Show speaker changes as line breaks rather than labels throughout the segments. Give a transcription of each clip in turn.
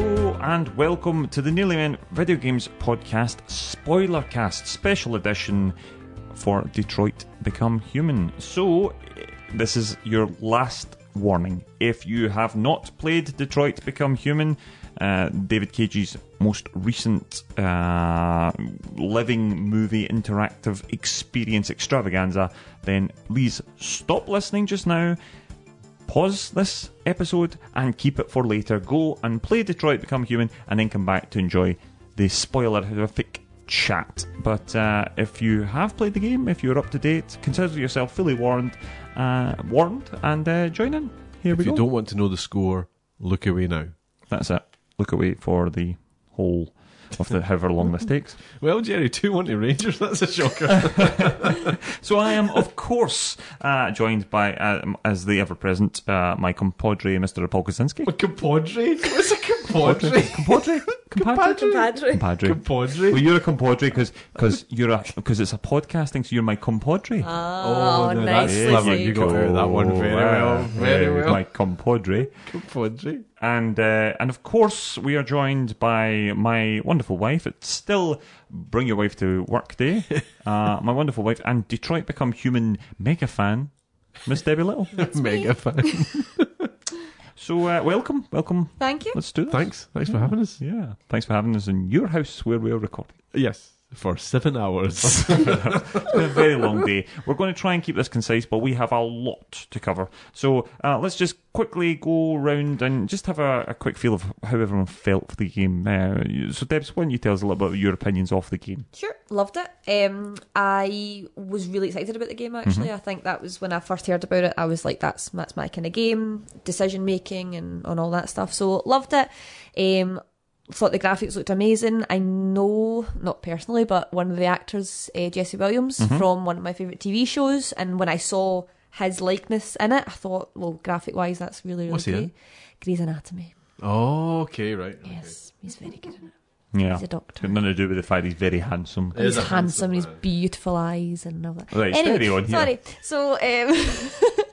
and welcome to the Nearly Men Video Games Podcast Spoilercast Special Edition for Detroit Become Human. So, this is your last warning. If you have not played Detroit Become Human, uh, David Cage's most recent uh, living movie interactive experience extravaganza, then please stop listening just now. Pause this episode and keep it for later. Go and play Detroit Become Human and then come back to enjoy the spoilerific chat. But uh, if you have played the game, if you're up to date, consider yourself fully warned, uh, warned, and uh, join in. Here
If
we
you
go.
don't want to know the score, look away now.
That's it. Look away for the whole of the however long this takes.
Well, Jerry, 2 1 to Rangers, that's a shocker.
So I am, of course, uh, joined by, uh, as the ever present, uh, my compadre, Mr. Paul Kosinski.
a compadre? What's a compadre?
Compadre? Compadre?
Compadre.
Compadre.
compadre?
Well, you're a compadre because you're a because it's a podcasting, so you're my compadre.
Oh,
no, that's
nicely
clever.
said.
You got out of that one very well, very
Uh,
well.
My compadre.
compadre?
and uh, and of course we are joined by my wonderful wife. It's still bring your wife to work day. Uh, my wonderful wife and Detroit become human mega fan, Miss Debbie Little.
Mega fan.
So uh, welcome, welcome.
Thank you.
Let's do this.
Thanks. Thanks for having us.
Yeah, thanks for having us in your house where we are recording.
Yes. For seven hours.
It's been a very long day. We're going to try and keep this concise, but we have a lot to cover. So uh, let's just quickly go round and just have a, a quick feel of how everyone felt for the game. Uh, so, Debs, why don't you tell us a little bit of your opinions off the game?
Sure, loved it. Um, I was really excited about the game. Actually,
Mm-hmm.
I think that was when I first heard about it. I was like, "That's that's my kind of game, decision making, and on all that stuff." So loved it. Um, thought the graphics looked amazing. I know, not personally, but one of the actors, uh, Jesse Williams,
Mm-hmm.
from one of my favorite TV shows, and when I saw his likeness in it, I thought, well, graphic wise, that's really really
What's he
great.
in?
Grey's Anatomy.
oh, okay, right. okay.
Yes, he's very good. in it.
Yeah.
He's a doctor.
Got nothing to do with the fact he's very handsome.
He is
He's
a handsome
handsome, he's
man.
beautiful eyes and all that.
Right, steady on here.
sorry. So, um,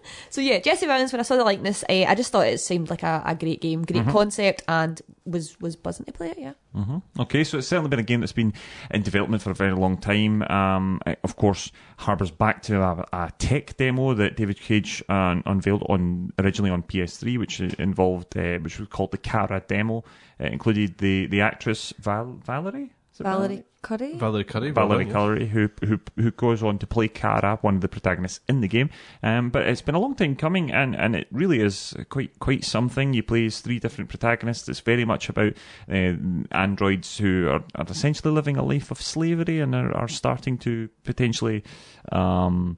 so yeah, Jesse Rollins. When I saw the likeness, eh, I, I just thought it seemed like a, a great game, great
Mm-hmm.
concept, and was was buzzing to play it. Yeah,
Mm-hmm. Okay, so it's certainly been a game that's been in development for a very long time. Um, it, of course, harbours back to a, a tech demo that David Cage uh, unveiled on originally on PS3, which involved, uh, which was called the Cara demo. It included the the actress Val- Valerie. Is it
Valerie Curry.
Valerie Curry. well
Valerie
done,
Cullery, who, who who goes on to play Cara, one of the protagonists in the game. Um, but it's been a long time coming, and, and it really is quite quite something. You play as three different protagonists. It's very much about uh, androids who are, are essentially living a life of slavery and are, are starting to potentially. Um,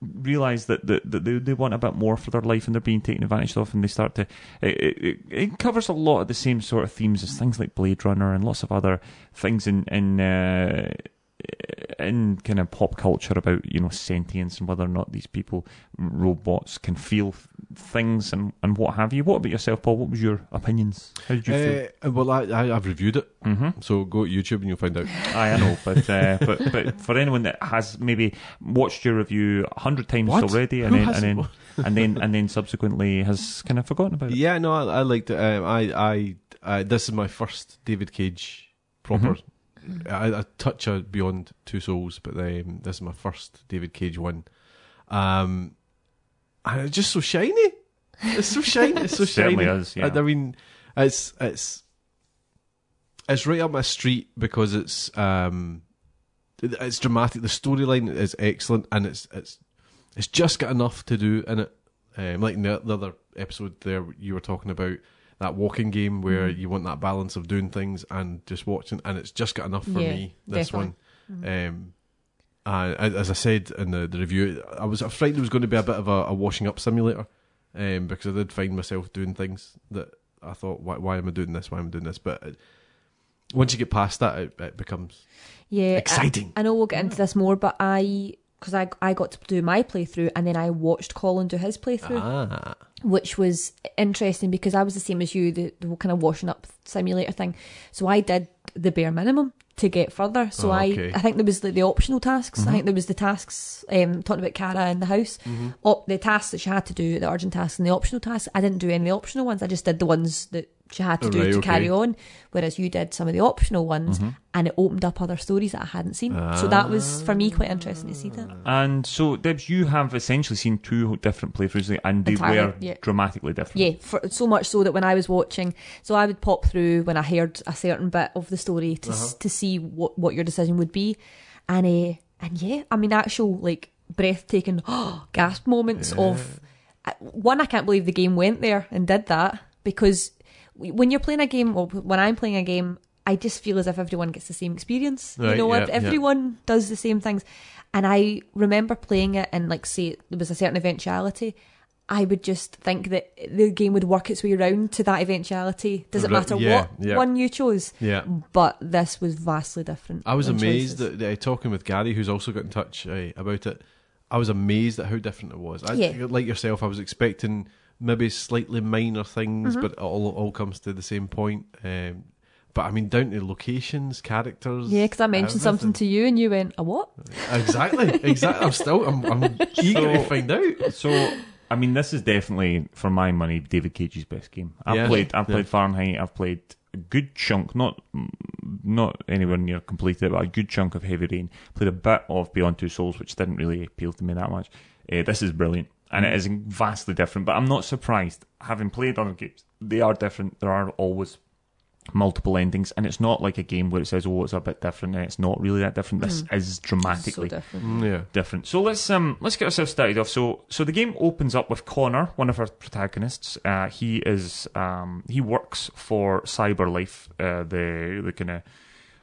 realize that, that, that they, they want a bit more for their life and they're being taken advantage of and they start to it, it- it, it covers a lot of the same sort of themes as things like blade runner and lots of other things in in uh, in kind of pop culture about you know sentience and whether or not these people robots can feel f- things and, and what have you what about yourself paul what was your opinions how did you feel
yeah. Uh, well, I, I, I've reviewed it,
mm-hmm.
so go to YouTube and you'll find out.
I know, but, uh, but but for anyone that has maybe watched your review a hundred times
What?
already, and
Who
then, and
hasn't?
then and then and then subsequently has kind of forgotten about it.
Yeah, no, I, I liked it. Um, I, I, I, this is my first David Cage proper.
Mm-hmm.
I, I touch a beyond Two Souls, but um, this is my first David Cage one. Um, and it's just so shiny. It's so shiny. It's so
Certainly
shiny.
is, yeah.
I, I mean, it's it's it's right up my street because it's um, it's dramatic. The storyline is excellent, and it's it's it's just got enough to do in it. Um, like in the, the other episode there, you were talking about that walking game where you want that balance of doing things and just watching, and it's just got enough for
Yeah,
me. This
definitely.
one. Um, and a- as I said in the, the review, I was afraid it was going to be a bit of a, a washing up simulator, um, because I did find myself doing things that I thought, why, why am I doing this? Why am I doing this? But it, once you get past that, it, it becomes
Yeah, I-
exciting.
I know we'll get into this more, but I because I I got to do my playthrough and then I watched Colin do his playthrough,
ah,
which was interesting because I was the same as you, the, the kind of washing up simulator thing. So I did the bare minimum to get further. So
Oh, okay. Mm-hmm.
I, I think there was like the optional tasks. I think there was the tasks um, talking about Cara in the house, op- the tasks that she had to do, the urgent tasks and the optional tasks. I didn't do any optional ones. I just did the ones that she had to
Oh,
do
right,
to carry
okay. Mm-hmm.
on, whereas you did some of the optional ones, and it opened up other stories that I hadn't seen. So that was for me quite interesting to see that.
And so, Debs, you have essentially seen two different playthroughs, and they
Entirely,
were
yeah.
dramatically different.
Yeah, for, so much so that when I was watching, so I would pop through when I heard a certain bit of the story to s to see what what your decision would be, and uh, and yeah, I mean actual like breathtaking gasp moments of uh, one. I can't believe the game went there and did that because w- when you're playing a game, well, when I'm playing a game, I just feel as if everyone gets the same experience. you
Right,
know,
yeah,
ev-
yeah.
everyone does the same things, and I remember playing it and like say there was a certain eventuality. I would just think that the game would work its way around to that eventuality. Does it
Right,
matter
yeah,
what
yeah.
one you chose?
Yeah.
But this was vastly different.
I was
in
amazed that,
choices.
that, uh, talking with Gary, who's also got in touch uh, about it. I was amazed at how different it was. I,
Yeah.
Like yourself, I was expecting maybe slightly minor things,
Mm-hmm.
but it all all comes to the same point. Um, but I mean, down to locations, characters.
Yeah, because I mentioned something to you and you went, "A what?"
everything. exactly, exactly. I'm still, I'm, I'm eager
So-
to find out.
So, I mean, this is definitely, for my money, David Cage's best game. I've
Yeah.
played, I've
Yeah.
played Fahrenheit. I've played a good chunk, not not anywhere near completed, but a good chunk of Heavy Rain. Played a bit of Beyond Two Souls, which didn't really appeal to me that much. Uh, this is brilliant, and
Mm.
it is vastly different. But I'm not surprised, having played other games, they are different. There are always multiple endings, and it's not like a game where it says, "Oh, it's a bit different," and it's not really that different. This is
So
dramatically
different.
Mm, yeah.
different. So let's um let's get ourselves started off. So so the game opens up with Connor, one of our protagonists. Uh, he is um he works for Cyberlife, uh, the the kind of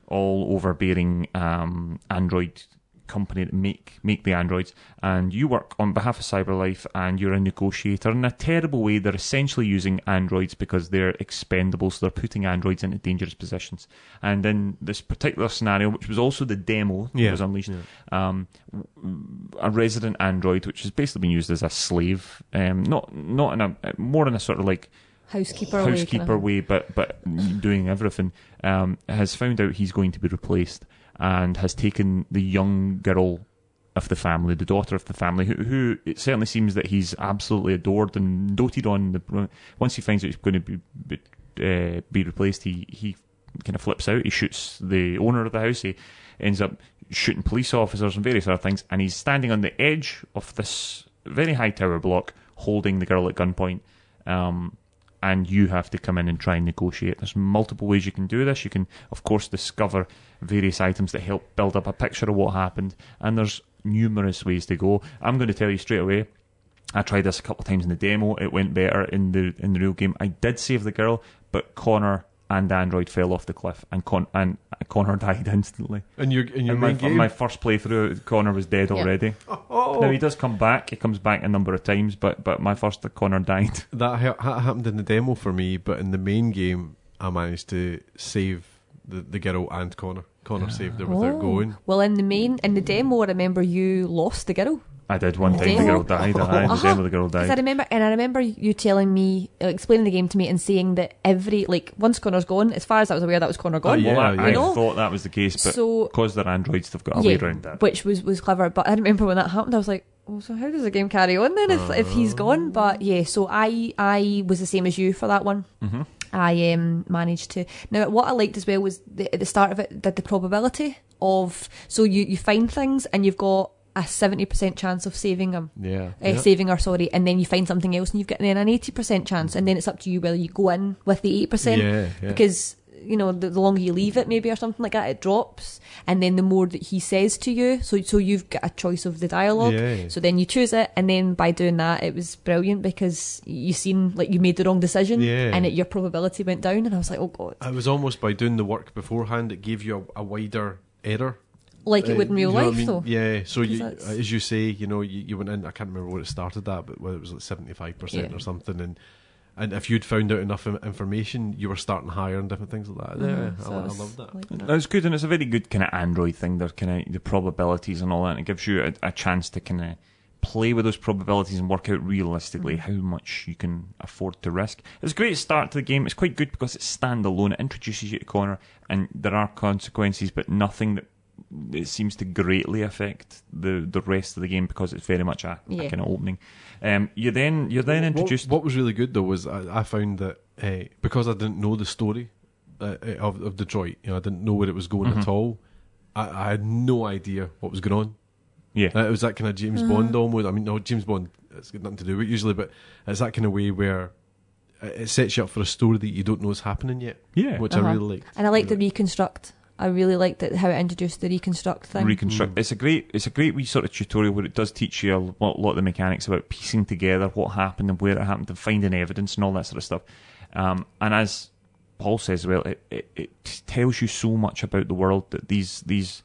all overbearing um android company that make make the androids and you work on behalf of cyberlife and you're a negotiator in a terrible way they're essentially using androids because they're expendable so they're putting androids into dangerous positions and in this particular scenario which was also the demo that
Yeah,
was unleashed um, a resident android which has basically been used as a slave um, not not in a more in a sort of like
Housekeeper. away,
housekeeper
kinda.
way, but but doing everything, um, has found out he's going to be replaced and has taken the young girl of the family, the daughter of the family, who, who it certainly seems that he's absolutely adored and doted on. The once he finds out he's going to be be, uh, be replaced, he he kind of flips out. He shoots the owner of the house. He ends up shooting police officers and various other things, and he's standing on the edge of this very high tower block, holding the girl at gunpoint. Um, and you have to come in and try and negotiate. There's multiple ways you can do this. You can, of course, discover various items that help build up a picture of what happened, and there's numerous ways to go. I'm going to tell you straight away. I tried this a couple of times in the demo. It went better in the in the real game. I did save the girl, but Connor and Android fell off the cliff, and Con- and Connor died instantly.
And your and your
In my,
main game.
my first playthrough, Connor was dead
Yeah.
already.
oh,
Now he does come back. He comes back a number of times, but but my first Connor died.
that ha- ha- happened in the demo for me, but in the main game, I managed to save the, the girl and Connor. Connor saved her without
Oh.
going.
Well, in the main, in the demo, I remember you lost the girl.
I did one time. The
Demo?
girl died. I the
Uh-huh.
demo. The girl
Because I
died.
remember, and I remember you telling me, uh, explaining the game to me, and saying that every like once Connor's gone, as far as I was aware, that was Connor gone.
yeah,
well, I, I
you know?
thought that was the case, but
So-
because they're androids, they've got a way around that.
Which was, was clever. But I remember when that happened, I was like, well, so how does the game carry on then if, if he's gone? But yeah, so I I was the same as you for that one. Mm-hmm. I um, managed to. Now, what I liked as well was the, at the start of it, that the probability of. So you, you find things and you've got a 70% chance of saving them.
Yeah.
Uh, Saving her, sorry, and then you find something else, and you've got then an eighty percent chance, and then it's up to you whether you go in with the eight percent
Yeah, yeah.
because you know the, the longer you leave it, maybe or something like that, it drops, and then the more that he says to you, so so you've got a choice of the dialogue.
Yeah.
So then you choose it, and then by doing that, it was brilliant because you seen like you made the wrong decision,
Yeah.
and it, your probability went down, and I was like, oh god,
It was almost by doing the work beforehand, it gave you a, a wider error.
like it would in
Uh,
real
you know what
life
I mean?
though.
Yeah, so you,
that's-
as you say, you know, you, you went in, I can't remember what it started at, but whether it was like 75%
Yeah.
or something, and and if you'd found out enough in- information, you were starting higher and different things like that. Yeah,
Mhm,
I,
so
lo-
it
I
was
love that.
like
That's good, and it's a very good kind of Android thing. There, kind of the probabilities and all that. And it gives you a, a chance to kind of play with those probabilities and work out realistically how much you can afford to risk. It's a great start to the game. It's quite good because it's standalone. It introduces you to Connor, and there are consequences, but nothing that it seems to greatly affect the, the rest of the game because it's very much a,
Yeah.
kind of opening. Um, you then you're then
What-
introduced.
What, was really good though was I, I found that uh, because I didn't know the story uh, uh, of, of Detroit. You know, I didn't know where it was going
Mm-hmm.
at all. I, I had no idea what was going on.
Yeah.
Uh, It was that kind of
Mm-hmm.
James Bond almost. I mean, no, James Bond, it's got nothing to do with it usually, but it's that kind of way where it it sets you up for a story that you don't know is happening yet.
Yeah.
Which
Uh-huh.
I really liked.
And I like the reconstruct. I really liked it, how it introduced the reconstruct thing.
reconstruct. It's a great, it's a great wee sort of tutorial where it does teach you a lot, lot of the mechanics about piecing together what happened and where it happened and finding evidence and all that sort of stuff. Um, and as Paul says, as well, it, it, it tells you so much about the world that these these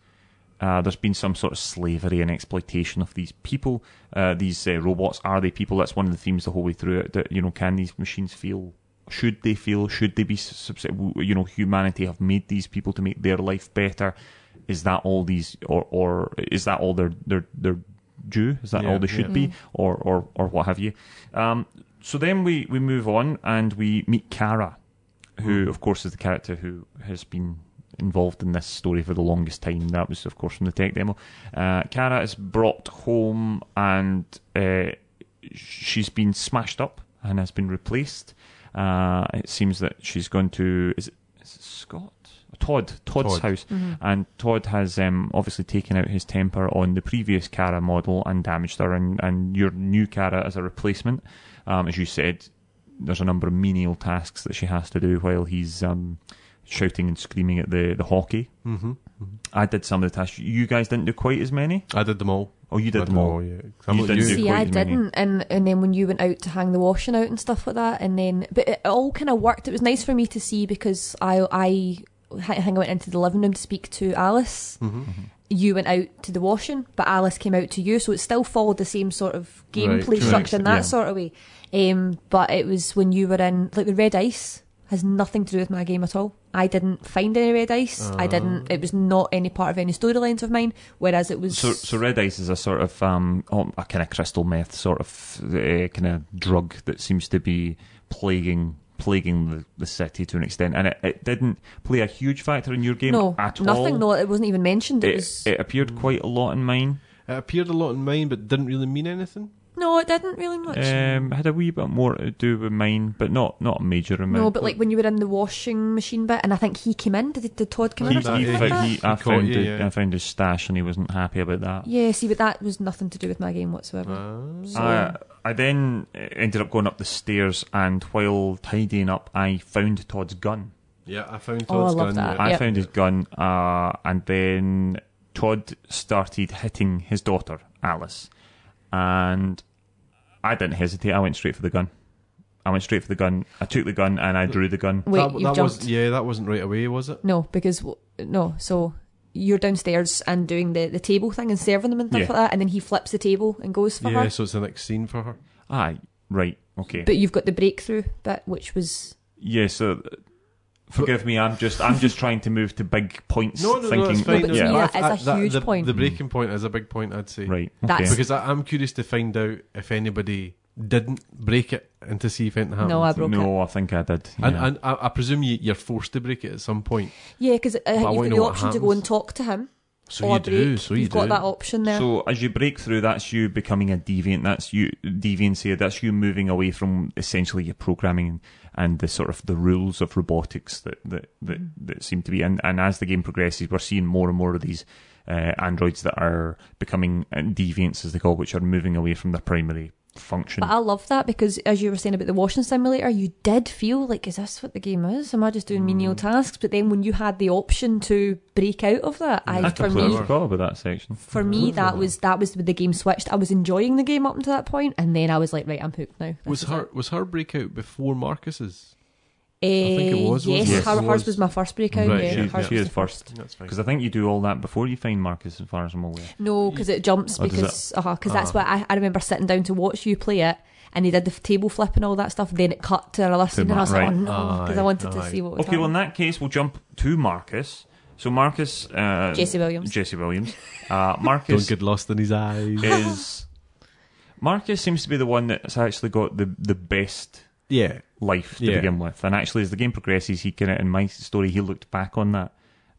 uh, there's been some sort of slavery and exploitation of these people. Uh, these uh, robots are they people? That's one of the themes the whole way through it. That you know, can these machines feel? Should they feel? Should they be? subs- You know, humanity have made these people to make their life better. Is that all these, or or is that all their their their due? Is that
Yeah,
all they should
yeah.
be, or or or what have you? Um, so then we we move on and we meet Kara
Hmm.
who, of course, is the character who has been involved in this story for the longest time. That was, of course, from the tech demo. Uh, Kara is brought home and uh, she's been smashed up and has been replaced. Uh, it seems that she's gone to is it, is it Scott? Todd, Todd's
Todd.
house,
Mm-hmm.
and Todd has um, obviously taken out his temper on the previous Kara model and damaged her, and, and your new Kara as a replacement, um, as you said, there's a number of menial tasks that she has to do while he's um, shouting and screaming at the, the hockey.
hmm
I did some of the tasks. You guys didn't do quite as many?
I did them all.
Oh, you
I
did them all.
yeah. 'Cause I'm
You
like
did
you.
do-
See, I
quite as many.
didn't, and and then when you went out to hang the washing out and stuff like that, and then but it all kind of worked. It was nice for me to see because I I I think I went into the living room to speak to Alice.
Mm-hmm.
Mm-hmm.
You went out to the washing, but Alice came out to you, so it still followed the same sort of gameplay
correct,
structure in that
yeah.
sort of way. Um, but it was when you were in like the red ice has nothing to do with my game at all. I didn't find any red ice.
Ah.
I didn't. It was not any part of any storylines of mine. Whereas it was
So, so red ice is a sort of um, oh, a kind of crystal meth sort of uh, kind of drug that seems to be plaguing plaguing the, the city to an extent, and it, it didn't play a huge factor in your game
no
at
nothing.
all. Eh,
No, it wasn't even mentioned. It,
it,
was
it appeared
Mm.
quite a lot in mine.
It appeared a lot in mine, but didn't really mean anything.
No, it didn't really much.
Um, had a wee bit more to do with mine, but not not a major amount.
no, but like when you were in the washing machine bit, and I think he came in. Did, did Todd come
he, he,
in or something
fo-
like that?
he, I,
He caught
found
you,
his-
yeah.
I found his stash and he wasn't happy about that.
yeah, see, but that was nothing to do with my game whatsoever.
Ah.
So,
Uh, I then uh, ended up going up the stairs, and while tidying up, I found Todd's gun.
Yeah, I found
Oh, I
Todd's
love
gun.
that.
yeah.
I
Yep.
found his gun, uh, and then Todd started hitting his daughter, Alice. And I didn't hesitate, I went straight for the gun. I went straight for the gun. I took the gun and I drew the gun.
wait,
that,
you've
that
jumped?
was yeah, that wasn't right away, was it?
No, because w- no. So you're downstairs and doing the, the table thing and serving them and stuff
Yeah.
like that, and then he flips the table and goes for
yeah,
her.
so it's the next scene for her.
Aye, right, okay.
But you've got the breakthrough bit, which was
yeah, so. uh, Forgive me, I'm just I'm just trying to move to big points.
No, no,
thinking,
no, it's fine.
No, but to
yeah,
me,
I-
it's a
I- that-
huge
the,
point.
The breaking point is a big point, I'd say.
right.
That's-
okay.
Because I, I'm curious to find out if anybody didn't break it and to see if anything happened.
no, I broke it.
no, I think I did.
and,
yeah.
and I, I presume you, you're forced to break it at some point.
Yeah, because I
I
think
wanna
you've got
know
the
what
option to go
happens.
and talk to him.
So
or
you do.
break.
So you
you've
do.
got that option there.
So as you break through, that's you becoming a deviant. That's you deviancy. That's you moving away from essentially your programming and the sort of the rules of robotics that that that,
Mm.
that seem to be. And, and as the game progresses, we're seeing more and more of these uh, androids that are becoming uh, deviants, as they call, it, which are moving away from their primary function.
But I love that because, as you were saying about the washing simulator, you did feel like, is this what the game is? Am I just doing menial tasks? But then when you had the option to break out of that, I
I
for
completely
me,
clever.
forgot about that section.
for me, that was that was when the game switched. I was enjoying the game up until that point, and then I was like, right, I'm hooked now. This
Was
is
her was her breakout before Marcus's?
it.
think it
Eh,
was,
Yes,
wasn't
it?
her-
Yes, it
hers
was.
was my first breakout.
Right,
yeah,
she,
hers
she
was
is
the first.
first
That's fine.
because I think you do all that before you find Marcus, as far as I'm aware.
No, because it jumps
Oh, does
because uh cause that's why I, I remember sitting down to watch you play it, and he did the f- table flip and all that stuff. Then it cut to another scene, and I was
Right.
like, oh no, because I
Aye,
wanted to
aye.
see what was
Okay, well, in
happening.
that case, we'll jump to Marcus. So Marcus, uh,
Jesse Williams.
Jesse Williams. Uh,
Don't
Marcus
get lost in his eyes.
is Marcus seems to be the one that's actually got the the best
yeah.
life to
Yeah.
begin with, and actually, as the game progresses, he kind of in my story he looked back on that,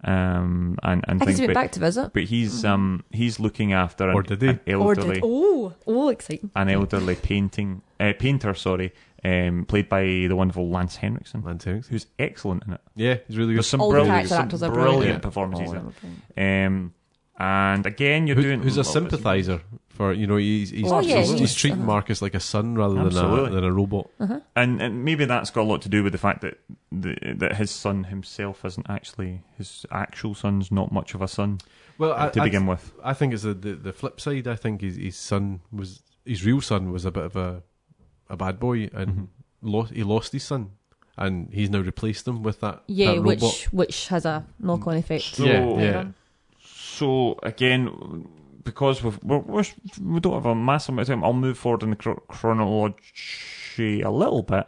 um, and and
I guess
things.
he went
But,
back to visit.
but he's um he's looking after an,
Or did he?
an
Or
elderly
did, oh, oh, exciting.
an elderly painting uh, painter, sorry, um, played by the wonderful Lance Henriksen,
Lance Henriksen.
who's excellent in it.
Yeah, he's really good.
There's some
All the
brilliant,
character
some
actors are
brilliant
brilliant.
performances
Oh,
in
okay.
it. Um, and again, you're
Who-
doing
who's a
well, it's-
sympathiser for you know he's he's,
Oh, yeah,
he's,
he
he's
is.
treating
Uh-huh.
Marcus like a son rather than a,
Absolutely.
than a robot.
and, and maybe that's got a lot to do with the fact that the, that his son himself isn't actually his actual son's not much of a son
Well, I,
Uh, to
I,
begin with.
I think it's the, the the flip side. I think his his son was his real son was a bit of a a bad boy and lost he lost his son and he's now replaced him with that
Yeah,
that
which
robot.
which has a knock on effect.
So-
yeah
Oh.
yeah.
So again, because we've, we're, we're, we don't have a massive amount of time, I'll move forward in the chro- chronology a little bit.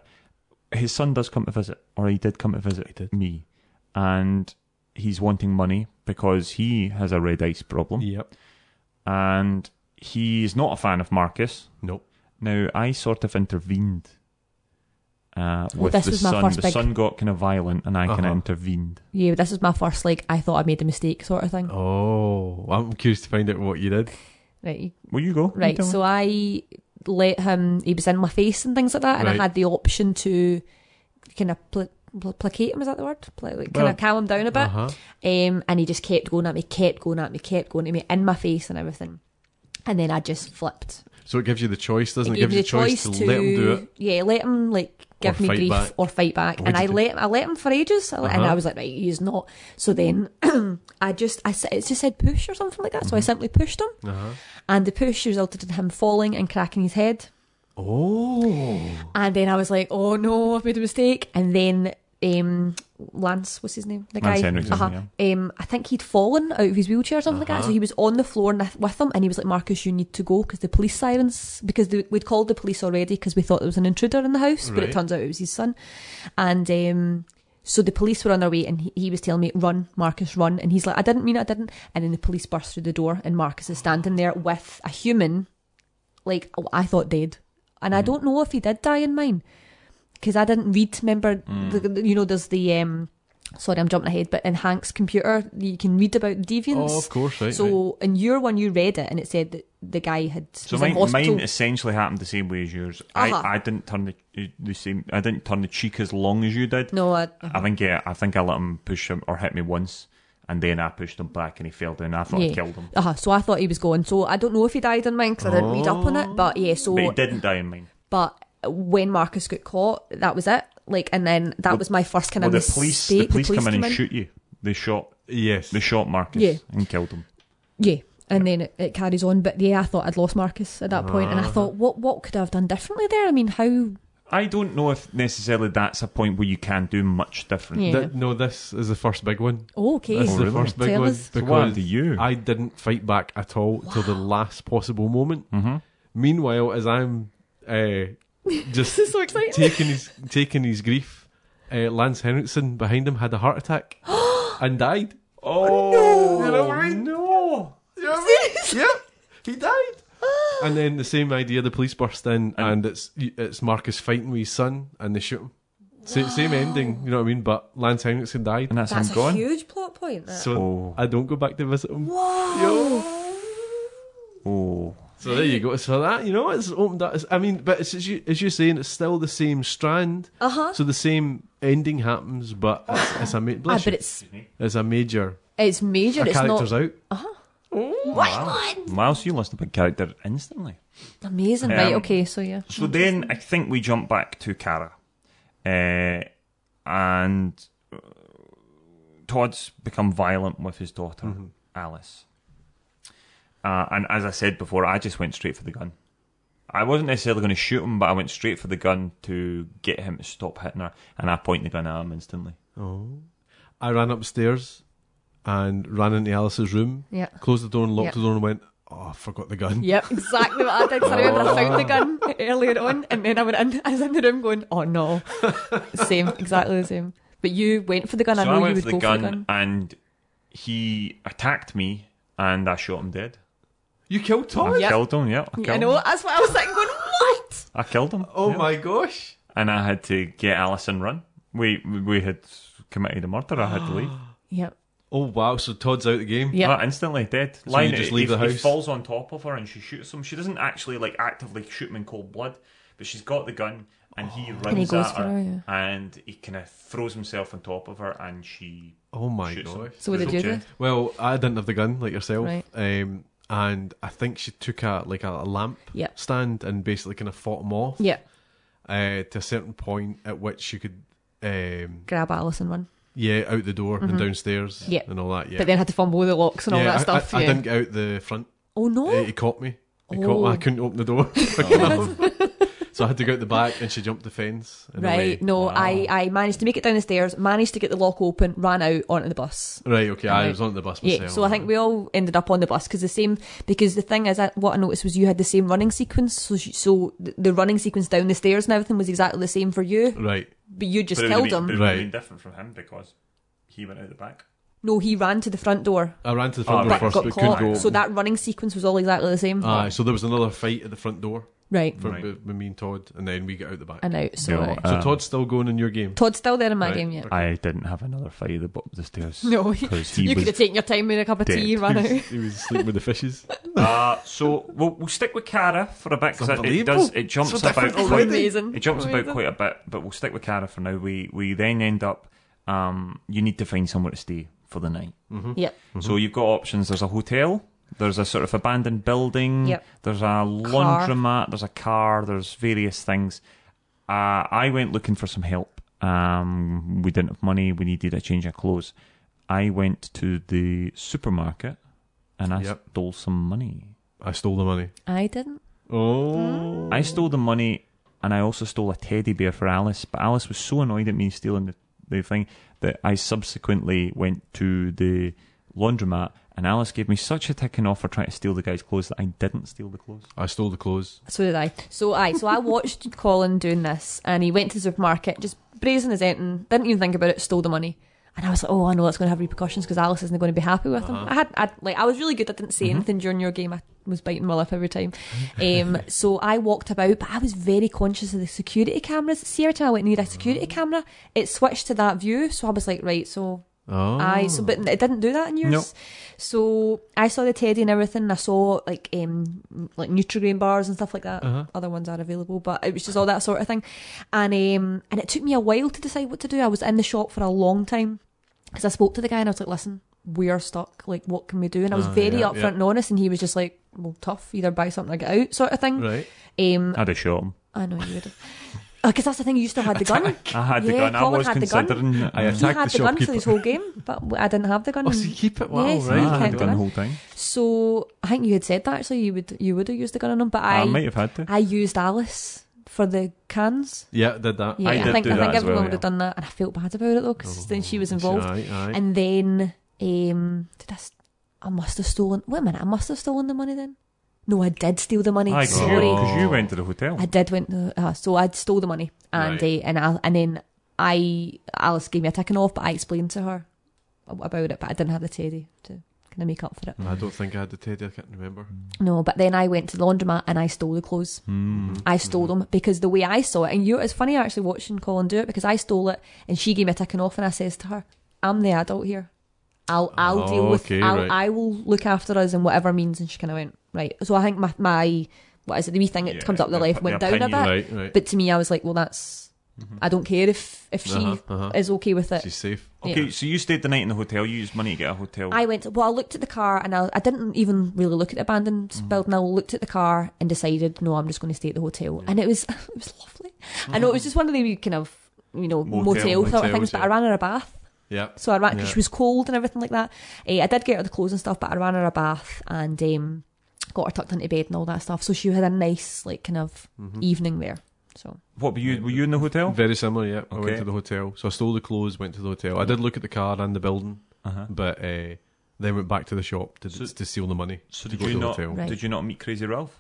His son does come to visit, or he did come to visit
He did.
me, and he's wanting money because he has a red ice problem,
Yep.
and he's not a fan of Marcus.
Nope.
Now I sort of intervened uh,
Well,
with
Oh, this
the
was my
son.
first
The
big-
son got kind of violent, and I kind
Uh-huh.
of intervened.
Yeah, this is my first like I thought I made a mistake sort of thing.
Oh, I'm curious to find out what you did.
Right, you
Will you go? You
Right.
tell me.
So I let him. He was in my face and things like that, and
Right.
I had the option to kind of pl- pl- placate him. Is that the word? Pl- like, kind
Well,
of calm him down a bit.
Uh-huh.
Um, and he just kept going at me, kept going at me, kept going at me in my face and everything. And then I just flipped.
So it gives you the choice, doesn't it? gives
gave me
you the choice, to, let him do it.
Yeah, let him like give me
fight
grief
back.
or fight back.
What
and
did
I
you do?
let I let him for ages, I let- and
Uh-huh.
I was like, right, he's not. So then I just I s- it just said push or something like that.
Mm-hmm.
So I simply pushed him,
Uh-huh.
and the push resulted in him falling and cracking his head.
Oh,
And then I was like, oh no, I've made a mistake. And then um, Lance, what's his name? The
Lance
guy.
Henriksen, Uh-huh.
um, I think he'd fallen out of his wheelchair or something like that. So he was on the floor n- with him and he was like, Marcus, you need to go because the police sirens, because they, we'd called the police already because we thought there was an intruder in the house, but
Right.
it turns out it was his son. And um, so the police were on their way and he, he was telling me, run, Marcus, run. And he's like, I didn't mean it, I didn't. And then the police burst through the door and Marcus is standing there with a human, like, oh, I thought dead. And I
Mm.
don't know if he did die in mine because I didn't read. Remember,
Mm.
the, the- you know, there's the um, sorry, I'm jumping ahead, but in Hank's computer, you can read about deviants.
oh, of course, right. right.
So in your one, you read it, and it said that the guy had
So
was in
mine,
hospital.
mine essentially happened the same way as yours.
Uh-huh.
I, I didn't turn the the same. I didn't turn the cheek as long as you did.
no, I,
I think yeah, I think I let him push him or hit me once, and then I pushed him back and he fell down. I thought I
Yeah.
killed him,
uh-huh, so I thought he was going. So I don't know if he died in mine because I didn't read up on it. But yeah, so
but he didn't die in mine.
but when Marcus got caught, that was it. Like, and then that
Well,
was my first kind
Well,
of
the
mistake.
police, the police come in and shoot you. They shot,
Yes.
they shot Marcus
Yeah.
and killed him.
Yeah. And then it, it carries on, but yeah, I thought I'd lost Marcus at that point, and
Ah.
I thought, what what could I have done differently there? I mean, how
I don't know if necessarily that's a point where you can do much different.
Yeah.
Th- no, this is the first big one.
Oh, okay.
This is the
really?
first big
Tell
one
us.
So what happened
because
to you?
I didn't fight back at all till the last possible moment. Mm-hmm. Meanwhile, as I'm uh, just
This is so exciting.
taking his taking his grief, uh, Lance Henriksen behind him had a heart attack and died.
oh
You know what I mean?
no!
You know what I mean? yeah, he died. And then the same idea: the police burst in, and it's it's Marcus fighting with his son, and they shoot him. Sa- same ending, you know what I mean? But Lance Henriksen died.
And that's,
That's
him
a
gone.
huge plot point. that.
So
Oh.
I don't go back to visit him.
Wow.
Oh,
So there you go. So that you know, it's opened up. It's, I mean, but it's as you as you're saying, it's still the same strand.
Uh huh.
So the same ending happens, but it's, it's a ma-
Ah,
bless
but
you.
it's
it's a major.
it's major.
a
It's
character's
not.
out.
Wow.
Miles, you lost a big character instantly.
Amazing.
Um,
right. Okay. So yeah.
So then I think we jump back to Cara. Uh, and uh, Todd's become violent with his daughter, Alice. Uh, and as I said before, I just went straight for the gun. I wasn't necessarily going to shoot him, but I went straight for the gun to get him to stop hitting her. And I point the gun at him instantly.
Oh. I ran upstairs and ran into Alice's room.
Yeah.
Closed the door and locked
Yeah.
the door and went. Oh, I forgot the gun.
Yep, exactly what I did. 'cause I remember I found the
Ah.
gun earlier on, and then I went in. I was in the room going, "Oh no!" same, exactly the same. But you went for the gun. I
so
know
I
you
went
would
for the,
go
gun
for the gun.
and he attacked me, and I shot him dead.
You killed Todd.
I
yeah.
killed him, yeah. I killed
I
him.
know. That's what I was sitting going. What?
I killed him.
Oh
yeah.
my gosh.
and I had to get Alice and run. We we had committed a murder. I had to leave.
Yep.
Oh wow. So Todd's out of the game.
Yep.
Ah, instantly dead. So
you just leave
he,
the
he
house?
falls on top of her and she shoots him. She doesn't actually like actively shoot him in cold blood, But she's got the gun, and he runs
he goes
at
for
her,
her, yeah.
and he kind of throws himself on top of her, and she
Oh my
shoots
god.
him.
So what did you do?
Jen-
Well, I didn't have the gun like yourself,
Right.
um, and I think she took a like a, a lamp
Yeah.
stand and basically kind of fought him off
Yeah.
uh, to a certain point at which she could, um,
Grab Alison one.
yeah, out the door and downstairs
Mm-hmm. Yeah.
and all that. Yeah,
But then had to fumble with the locks and all
yeah,
that
I,
stuff.
I, I
yeah.
didn't get out the front.
oh no.
Uh, he caught me. He caught
Oh.
me. I couldn't open the door. quick enough. so I had to go out the back, and she jumped the fence. and away.
Right, no,
Wow.
I, I managed to make it down the stairs, managed to get the lock open, ran out onto the bus.
Right, okay, I
Right.
was on the bus myself.
Yeah, so I think we all ended up on the bus because the same. Because the thing is, I, what I noticed was you had the same running sequence. So, she, so the, the running sequence down the stairs and everything was exactly the same for you,
Right,
but you just
but it would
killed
have been- But it would have
him.
been
Right.
different from him because he went out the back.
no, he ran to the front door,
I ran to the
Oh,
front door
right.
but
first,
got
but couldn't
caught.
go. Ah,
So that running sequence was all exactly the same.
Aye, so there was another fight at the front door
right,
for
Right.
with me and Todd, and then we got out the back.
and out. So
No,
right.
uh,
so Todd's still going in your game.
Todd's still there in my
Right.
game yet.
I didn't have another fight at the bottom of the stairs.
No,
because
you could have taken your time, made a cup of tea,
dead.
run out.
he was sleeping with the fishes.
Uh, so we'll, we'll stick with Cara for a bit because it, it does it jumps
So
about
different
quite,
already.
Amazing.
it jumps about
Amazing.
quite a bit, but we'll stick with Cara for now. We we then end up um, you need to find somewhere to stay for the night.
Yep.
So you've got options. There's a hotel. There's a sort of abandoned building.
Yep.
There's a laundromat. There's a car. There's various things. Uh, I went looking for some help. Um, we didn't have money. We needed a change of clothes. I went to the supermarket and I
Yep.
stole some money.
I stole the money.
I didn't.
Oh,
I stole the money and I also stole a teddy bear for Alice, but Alice was so annoyed at me stealing the, the thing that I subsequently went to the laundromat and Alice gave me such a ticking off for trying to steal the guy's clothes that I didn't steal the clothes.
I stole the clothes.
So did I. So I. So I watched Colin doing this, and he went to the supermarket, just brazen as anything, didn't even think about it, stole the money, and I was like, oh, I know that's going to have repercussions because Alice isn't going to be happy with him. I had, I like, I was really good. I didn't say anything during your game. I was biting my lip every time. Um, so I walked about, but I was very conscious of the security cameras. See, every time I went near a security camera, it switched to that view. So I was like, right, so
Oh,
Aye, so but it didn't do that in yours.
Nope.
So I saw the teddy and everything. and I saw like um like Nutrigrain bars and stuff like that.
Uh-huh.
Other ones are available, but it was just all that sort of thing. And um and it took me a while to decide what to do. I was in the shop for a long time because I spoke to the guy and I was like, listen, we are stuck. Like, what can we do? And I was
Oh,
very
yeah,
upfront
yeah.
and honest, and he was just like, well, tough. Either buy something or get out, sort of thing.
right.
Um,
I'd have shot him.
I know you would. Because that's the thing, you still had the gun.
I had the
Yeah,
gun. I
Colin
was
had the gun.
considering.
I
uh,
He
attacked
had
the
the gun for
shopkeeper.
this whole game, but I didn't have the gun.
Oh,
and-
so you keep it well,
Mm. Yes,
I
right?
you
had
kept
the gun the
it.
whole time.
So I think you had said that actually you would you would have used the gun on him, but I
I
I,
might have had to.
used Alice for the cans.
Yeah, did that. Oh,
Yeah,
I
I,
did
think
do
I
that
think
as
everyone
well,
would have
yeah. Oh,
done that, and I felt bad about it though because then she was involved.
Aye, aye.
And then um, did I? St- I must have stolen. Wait a minute, I must have stolen the money then. No, I did steal the money.
I
Sorry,
because you went to the hotel.
I did went. to- Uh, so I stole the money, and
Right.
uh, and I, and then I Alice gave me a ticking off, but I explained to her about it, but I didn't have the teddy to kind of make up for it.
I don't think I had the teddy. I can't remember.
No, but then I went to the laundromat and I stole the clothes. Mm.
Hmm.
Mm-hmm.
I
Mm.
stole them because the way I saw it, and you, it's funny actually watching Colin do it because I stole it and she gave me a ticking off, and I says to her, "I'm the adult here. I'll I'll
Oh,
deal with.
okay,
I'll,
right.
I will look after us in whatever means." And she kind of went right. So I think my my what is it the wee thing that
Yeah,
comes up the
the
left
op-
went
the
down a
opinion,
bit,
Right, right.
but to me I was like, well, that's I don't care if if she
Mm-hmm. Uh-huh, uh-huh.
is okay with it.
She's safe.
okay,
yeah.
so you stayed the night in the hotel. You used money to get a hotel.
I went. Well, I looked at the car, and I, I didn't even really look at the abandoned
Mm-hmm.
building. I looked at the car and decided, no, I'm just going to stay at the hotel. And it was, it was lovely. I know it was just one of the wee kind of, you know,
Mm-hmm. Motel,
motel, sort of
motel,
things. But
yeah.
I ran her a bath,
Yeah.
so I ran because
Yeah.
she was cold and everything like that. Eh, I did get her the clothes and stuff, but I ran her a bath and um, got her tucked into bed and all that stuff. So she had a nice, like, kind of
Mm.
evening there. So
What were you? Were you in the hotel?
Mm-hmm. Very similar, yeah. I
Okay.
went to the hotel. So I stole the clothes, went to the hotel. I did look at the car and the building,
Uh-huh.
but uh, then went back to the shop to,
So-
to steal the money.
So
to
did
go
you
to the
not?
hotel.
Right.
Did you not meet Crazy Ralph?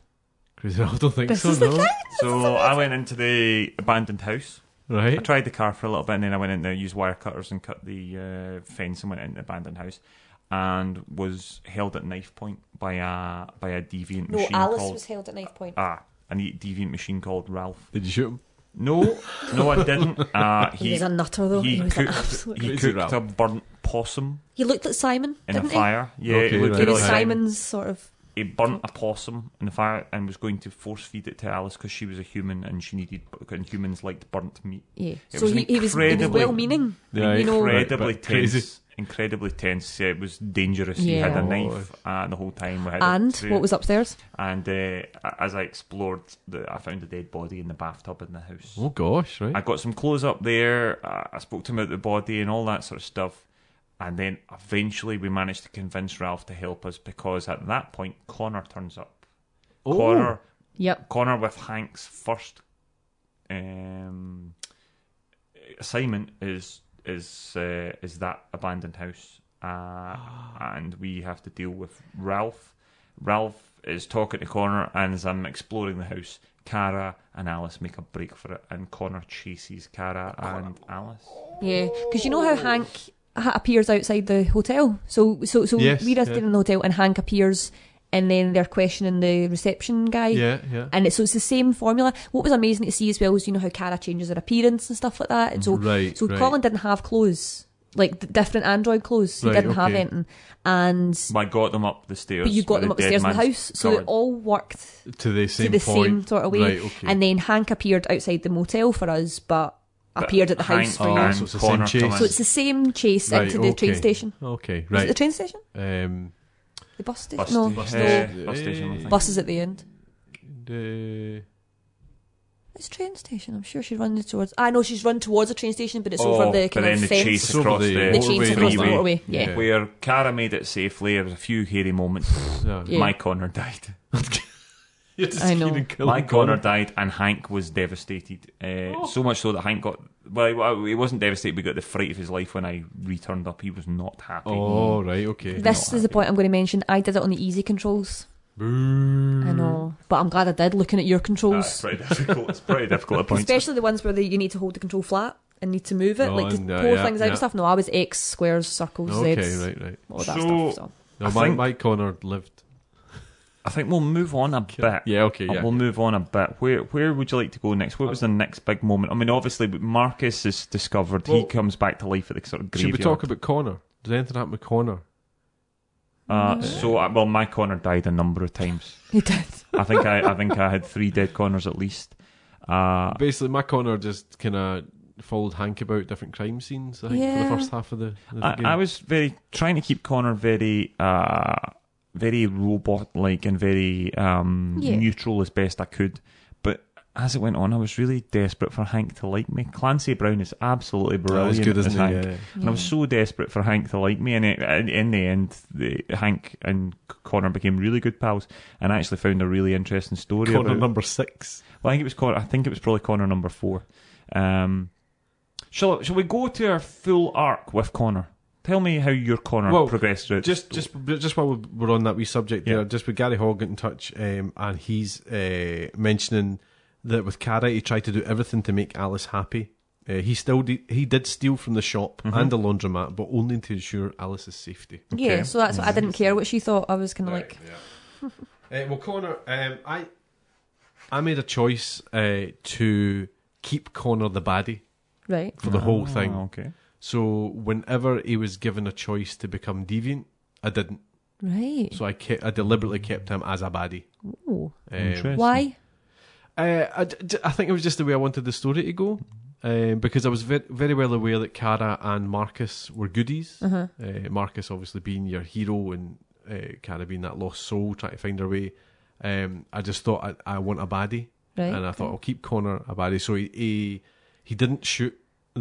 Crazy, I don't think
This
so,
is the
no.
thing.
So I went into the abandoned house. I
Right?
tried the car for a little bit, and then I went in there, used wire cutters, and cut the uh, fence, and went into the abandoned house, and was held at knife point by a by a deviant
no,
machine
Alice
called
was held at knife point.
ah a neat deviant machine called Ralph.
Did you shoot him?
No, no, I didn't. Uh, he
he, was a nutter though. He,
he
was an
cooked,
absolute.
he
Crazy
cooked
Ralph.
a burnt possum
He looked like Simon,
in
didn't
a
he?
fire. Yeah,
Okay,
it looked
right.
He
really
was
like
Simon's sort of
he burnt a possum in the fire and was going to force feed it to Alice because she was a human and she needed and humans liked burnt meat.
Yeah.
It
so
was an
he, he was, he was
incredibly-
well-meaning.
Yeah,
you know,
Right,
Incredibly
but
tense.
crazy.
Incredibly tense. Yeah, It was dangerous. He
Yeah.
had a
Oh.
knife uh, the whole time. We had it
and
through.
what was upstairs?
And uh, as I explored, the, I found a dead body in the bathtub in the house.
Oh gosh, right.
I got some clothes up there. Uh, I spoke to him about the body and all that sort of stuff. And then eventually we managed to convince Ralph to help us because at that point Connor turns up.
oh,
Connor,
Yep.
Connor with Hank's first um, assignment is is uh, is that abandoned house, uh,
Ah.
and we have to deal with Ralph. Ralph is talking to Connor, and as I'm exploring the house, Cara and Alice make a break for it, and Connor chases Cara and Alice.
Yeah, because you know how Hank ha- appears outside the hotel. So so so
Yes,
we're
yeah.
in the hotel, and Hank appears, and then they're questioning the reception guy.
Yeah, yeah.
And it's, so it's the same formula. What was amazing to see as well is you know how Cara changes her appearance and stuff like that. And so
Right,
so
right.
Colin didn't have clothes, like the different Android clothes. He
Right,
didn't have
okay.
anything, and
But I got them up the stairs.
but you
with
got them
the dead
upstairs in the
man's
house, so they
cupboard.
all worked
to the same
to the
point.
same sort of way.
Right, okay.
And then Hank appeared outside the motel for us, but,
But
appeared at the
Hank
house for
Oh,
you.
and
so it's the same
Connor
chase.
come in.
So it's the same chase
right,
into the train
okay.
station.
Okay,
Is it the
right.
train station?
Um,
The bus station?
Bus
no,
sta-
bus
uh,
station.
bus station, I think.
buses at the end.
the-
It's a train station. I'm sure she runs towards. I know she's run towards a train station, but it's
Oh,
over the
but
kind
then
of
the
fence.
chase
It's over
across the,
the
the chase
motorway,
across the
motorway.
motorway. Yeah.
Yeah.
where Cara made it safely. There was a few hairy moments.
no.
Yeah.
My Connor died.
You're just
I know.
keen on killing
My Connor
Connor.
died, and Hank was devastated. Uh,
Oh.
So much so that Hank got well. well, He wasn't devastated, but got the fright of his life when I returned up. He was not happy.
Oh right, okay.
This
Not
is the point I'm going to mention. I did it on the easy controls.
Boo.
I
Mm.
know, but I'm glad I did. Looking at your
Uh,
controls,
it's pretty difficult. It's pretty difficult at points.
especially the ones where the, you need to hold the control flat and need to move it,
Oh,
like to
and, uh,
pull
yeah,
things out
yeah.
and stuff. No, I was X squares, circles,
Okay,
Zs,
right, right.
all that
So-
stuff. So.
No,
I
my,
think-
my Connor lived.
I think we'll move on a bit.
Yeah, okay,
Uh,
yeah.
We'll move on a bit. Where Where would you like to go next? What was the next big moment? I mean, obviously Marcus is discovered. he
Well-
comes back to life at the sort of
Should
graveyard.
we talk about Connor? Does anything happen with Connor?
uh, so, uh, well, my Connor died a number of times.
He did.
I think I, I think I had three dead Connors at least. Uh,
Basically, my Connor just kind of followed Hank about different crime scenes. I think for
Yeah.
the first half of the, of the
I,
game.
I was very trying to keep Connor very uh, very robot like and very um,
Yeah.
neutral as best I could. But as it went on, I was really desperate for Hank to like me. Clancy Brown is absolutely
Oh,
brilliant
it's good,
as
isn't
Hank.
it? Yeah.
And I was so desperate for Hank to like me, and it, in, in the end, the, Hank and Connor became really good pals, and I actually found a really interesting story.
Connor
about-
number six.
well, I think it was Connor. I think it was probably Connor number four. Um, shall Shall we go to our full arc with Connor? Tell me how your Connor
Well,
progressed through.
just just just while we're on that wee subject
Yeah.
there, just with Gary Hall got in touch, um, and he's uh, mentioning that with Cara, he tried to do everything to make Alice happy. Uh, he still did, he did steal from the shop and the laundromat, but only to ensure Alice's safety.
Yeah, so that's what I didn't care what she thought. I was kind of like,
Uh, well, Connor, um, I I made a choice uh, to keep Connor the baddie
right,
for the whole
Ah,
thing.
okay.
So whenever he was given a choice to become deviant, I didn't.
right.
So I kept, I deliberately kept him as a baddie.
Ooh.
Um,
Interesting.
Why?
Uh, I, d- d- I think it was just the way I wanted the story to go. Um, because I was very, very well aware that Cara and Marcus were goodies.
Uh-huh.
uh Marcus, obviously, being your hero, and uh, Cara being that lost soul trying to find her way. Um, I just thought I, I want a baddie,
Right.
and I thought I'll keep Connor a baddie. So he he, he didn't shoot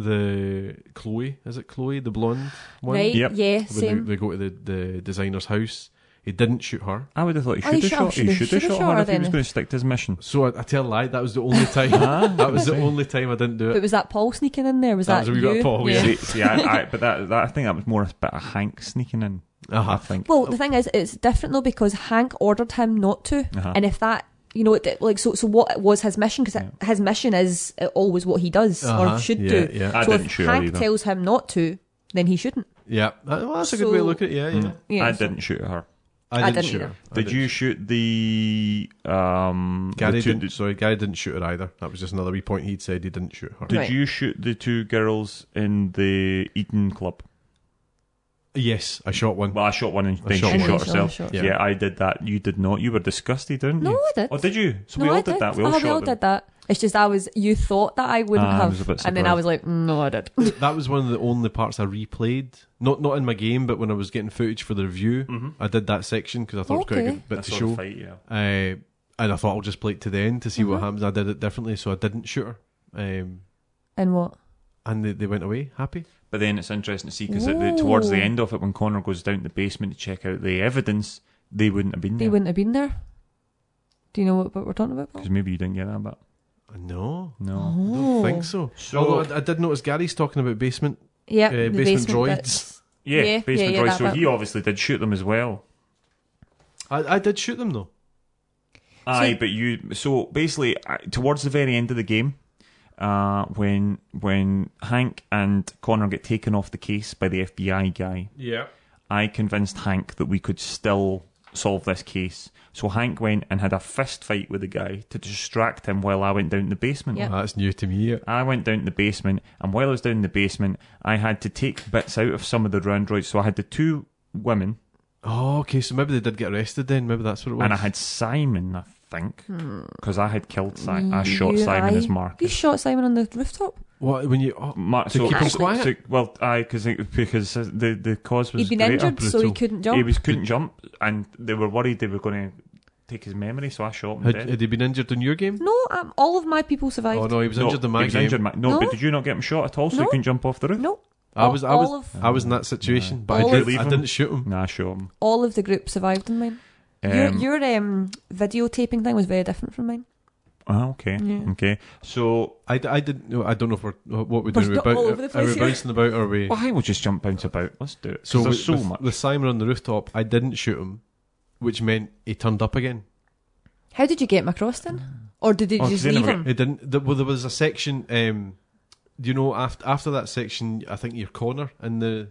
the Chloe. Is it Chloe, the blonde one?
Right?
Yep.
Yeah.
When
Same.
they, they go to the, the designer's house, he didn't shoot her.
I would have thought he
Oh,
should have
he should-
shot.
should
He
have-
should have
should have
shot
shot
her
her
if he was
then.
going to stick to his mission.
So I, I tell a lie. That was the only time.
Ah,
that was the only time I didn't do it.
But was that Paul sneaking in there? Was
That was
that,
a wee
you?
bit of Paul, Oh, yeah.
See, see, I, I, but that, that I think that was more a bit of Hank sneaking in. I
Uh-huh.
think.
Well, the thing is, it's different though because Hank ordered him not to,
Uh-huh.
and if that. You know, it, like so. So, what was his mission? Because his mission is uh, always what he does
Uh-huh,
or should
yeah,
do.
yeah.
I
so,
didn't
if
shoot her
Hank
either.
tells him not to, then he shouldn't.
Yeah, Uh, well, that's a good way to
So-
look at it. Yeah, yeah.
Yeah,
I
so-
didn't shoot her.
Mm. I didn't
shoot
either.
her. I
Did
didn't.
you shoot the um?
Gary
the two,
didn't. Sorry, Gary didn't shoot her either. That was just another wee point he'd said he didn't shoot her.
Did
Right.
you shoot the two girls in the Eton club?
Yes, I shot one.
Well, I shot one and then
Oh,
shot
she
one.
shot
I shot-
herself.
I shot.
yeah.
Yeah.
I did that. You did not. You were disgusted, didn't
No,
you?
I did.
Oh, did you? So
no,
we all
I
did,
did
that. We all
oh,
shot
we all
them.
did that. It's just I was. You thought that I wouldn't
Ah, I
have,
was a bit
and then I
surprised.
was like, "Mm, no, I did.
that was one of the only parts I replayed. Not not in my game, but when I was getting footage for the review, I did that section because I thought it was quite a
Okay.
good
Mm-hmm.
bit
I
to
saw the
show.
fight, yeah.
Uh, and I thought I'll just play it to the end to see
Mm-hmm.
what happens. I did it differently, so I didn't shoot her. Um,
And what?
and they, they went away happy.
But then it's interesting to see because towards the
Ooh.
end of it, when Connor goes down to the basement to check out the evidence, they wouldn't have been
They
there
wouldn't have been there. Do you know Oh. what, what we're talking about? Paul?
because maybe you didn't get that bit.
No,
No.
I don't think so.
So-
Although I, I did notice Gary's talking about basement.
Yeah,
uh,
the
basement droids.
bits.
Yeah,
Yeah,
basement
yeah, yeah,
droid.
that
So
bit.
he obviously did shoot them as well.
I, I did shoot them though.
Aye, but you. So basically, uh, towards the very end of the game, uh, when when Hank and Connor get taken off the case by the FBI guy,
Yeah.
I convinced Hank that we could still solve this case. So Hank went and had a fist fight with the guy to distract him while I went down in the basement.
Yeah.
Ah, that's new to me.
I went down in the basement, and while I was down in the basement, I had to take bits out of some of the androids. So I had the two women,
Oh, okay. So maybe they did get arrested then. Maybe that's what it was.
and I had Simon, I think, because I had killed Simon. I shot
Hmm. You-
Simon
I-
as Marcus.
You shot Simon on the rooftop.
what when you oh,
Mark,
To
so,
keep him
so-
quiet?
so- well, I because because the the cause was
He'd been
greater.
injured, so he
brutal.
couldn't jump.
He was couldn't jump, and they were worried they were going to take his memory. So I shot him.
had,
dead.
had he been injured in your game?
No, um, all of my people survived.
Oh no, he was injured in my
he was
game.
injured in my- no,
No.
but did you not get him shot at all? So
No.
he couldn't jump off the roof.
No,
I was, I was,
All of-
I was in that situation, but
All
I,
of-
did, I didn't shoot him.
Nah, I shot him.
all of the group survived in mine.
Um,
your your um, videotaping thing was very different from mine.
ah, okay,
Yeah.
okay. So
I, d- I didn't. No, I don't know if we're what we're
We're
doing.
not
about,
all over the
are
place
we
here.
bouncing about? Are we?
well, I will just jump bounce about. Let's do it. So
So
there's
with,
so
with,
much.
with Simon on the rooftop, I didn't shoot him, which meant he turned up again.
How did you get him across then? Or did you
Oh,
just
they
leave
never
him?
It didn't. There, well, there was a section. Um, do you know after after that section? I think your corner and the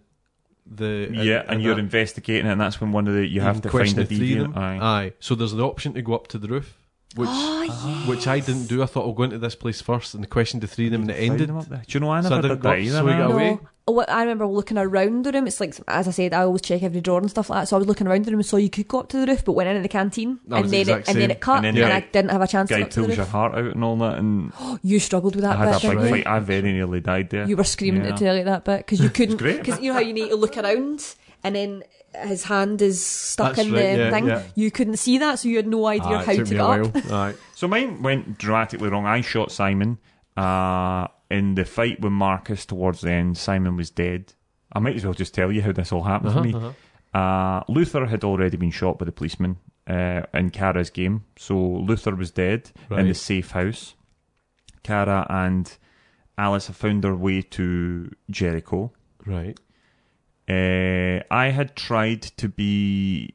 the
yeah, and you're
that-
investigating it, and that's when one of the you have
in
to find
question
a
of three of
deviant.
them. Uh, Aye.
Aye.
So there's an option to go up to the roof, which
Oh, yes.
which I didn't do. I thought I'll go into this place first, and the question to three of them, and it
Find
ended.
them up there. Do you know I
So I
never
didn't
did
go
that
up,
either?
so we
man.
got away.
No. Oh, what- I remember looking around the room. It's like, as I said, I always check every drawer and stuff like that. So I was looking around the room, so you could go up to the roof, but went into the canteen,
That
and
was the
then it,
exact
and
same.
then it cut,
And
and,
then
I
the
didn't have a chance to
Guy
go up to the
pulls your
roof.
heart out and all that, and
You struggled with that
I had a
bit.
big
didn't you?
fight. I very nearly died there.
You were screaming
Yeah.
at the telly that bit because you couldn't.
great.
Because you know how you need to look around and then his hand is stuck
That's
in
right,
the
yeah,
thing.
yeah.
You couldn't see that, so you had no idea
Aye,
how
it
to
took me
get
a
up.
while. Aye.
So mine went dramatically wrong. I shot Simon uh, in the fight with Marcus towards the end. Simon was dead. I might as well just tell you how this all happened to me. Uh, Luther had already been shot by the policeman uh, in Kara's game, so Luther was dead in the
Right.
safe house. Kara and Alice have found their way to Jericho.
Right.
Uh, I had tried to be.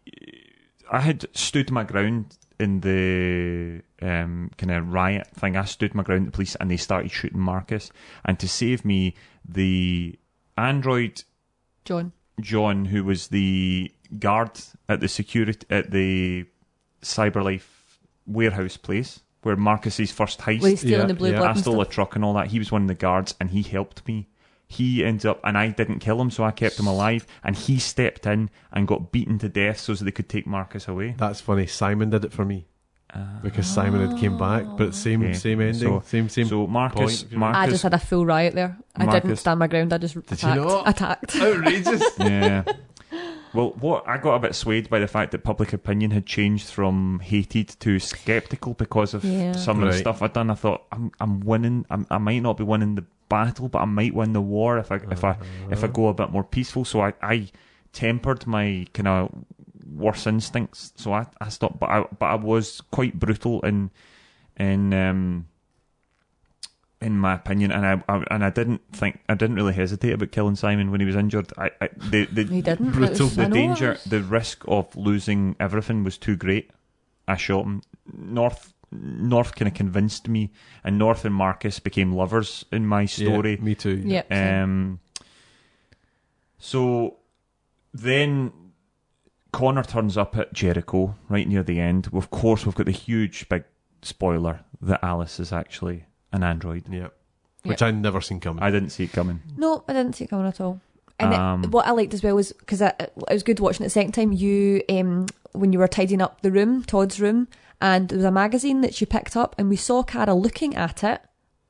I had stood my ground in the um, kind of riot thing. I stood my ground at the police and they started shooting Marcus. And to save me, the android
John,
John, who was the guard at the security at the Cyberlife warehouse place where Marcus's first heist
were you stealing
Yeah,
the blue
yeah.
blood?
I
and
stole a
stuff?
truck and all that. He was one of the guards, and he helped me. He ends up, and I didn't kill him, so I kept him alive. And he stepped in and got beaten to death so that they could take Marcus away.
That's funny. Simon did it for me because Simon had came back, but same
Okay.
same ending,
So-
same same.
So Marcus,
point.
I
Marcus,
just had a full riot there. I didn't
Marcus-
stand my ground. I just attacked.
you not?
Attacked.
outrageous.
yeah. Well, what I got a bit swayed by the fact that public opinion had changed from hated to sceptical because of
Yeah.
some of the
Right.
stuff I'd done. I thought I'm, I'm winning. I'm, I might not be winning the battle, but I might win the war if I if I if I
Uh-huh.
go a bit more peaceful. So I, I tempered my kind of worse instincts. So I, I stopped, but I but I was quite brutal in in um in my opinion, and I, I and I didn't think I didn't really hesitate about killing Simon when he was injured. I, I the the
he didn't. It
Brutal.
was- I
the
know it
danger,
was-
the risk of losing everything was too great. I shot him. North North kind of convinced me, and North and Marcus became lovers in my story.
me too.
Yeah. same.
Um, so then Connor turns up at Jericho right near the end. Of course, we've got the huge big spoiler that Alice is actually an android.
Yeah. Which I never seen coming.
I didn't see it coming.
No, I didn't see it coming at all. And it-
Um,
what I liked as well was because I, I was good watching it the second time. You, um, when you were tidying up the room, Todd's room, and there was a magazine that she picked up, and we saw Cara looking at it,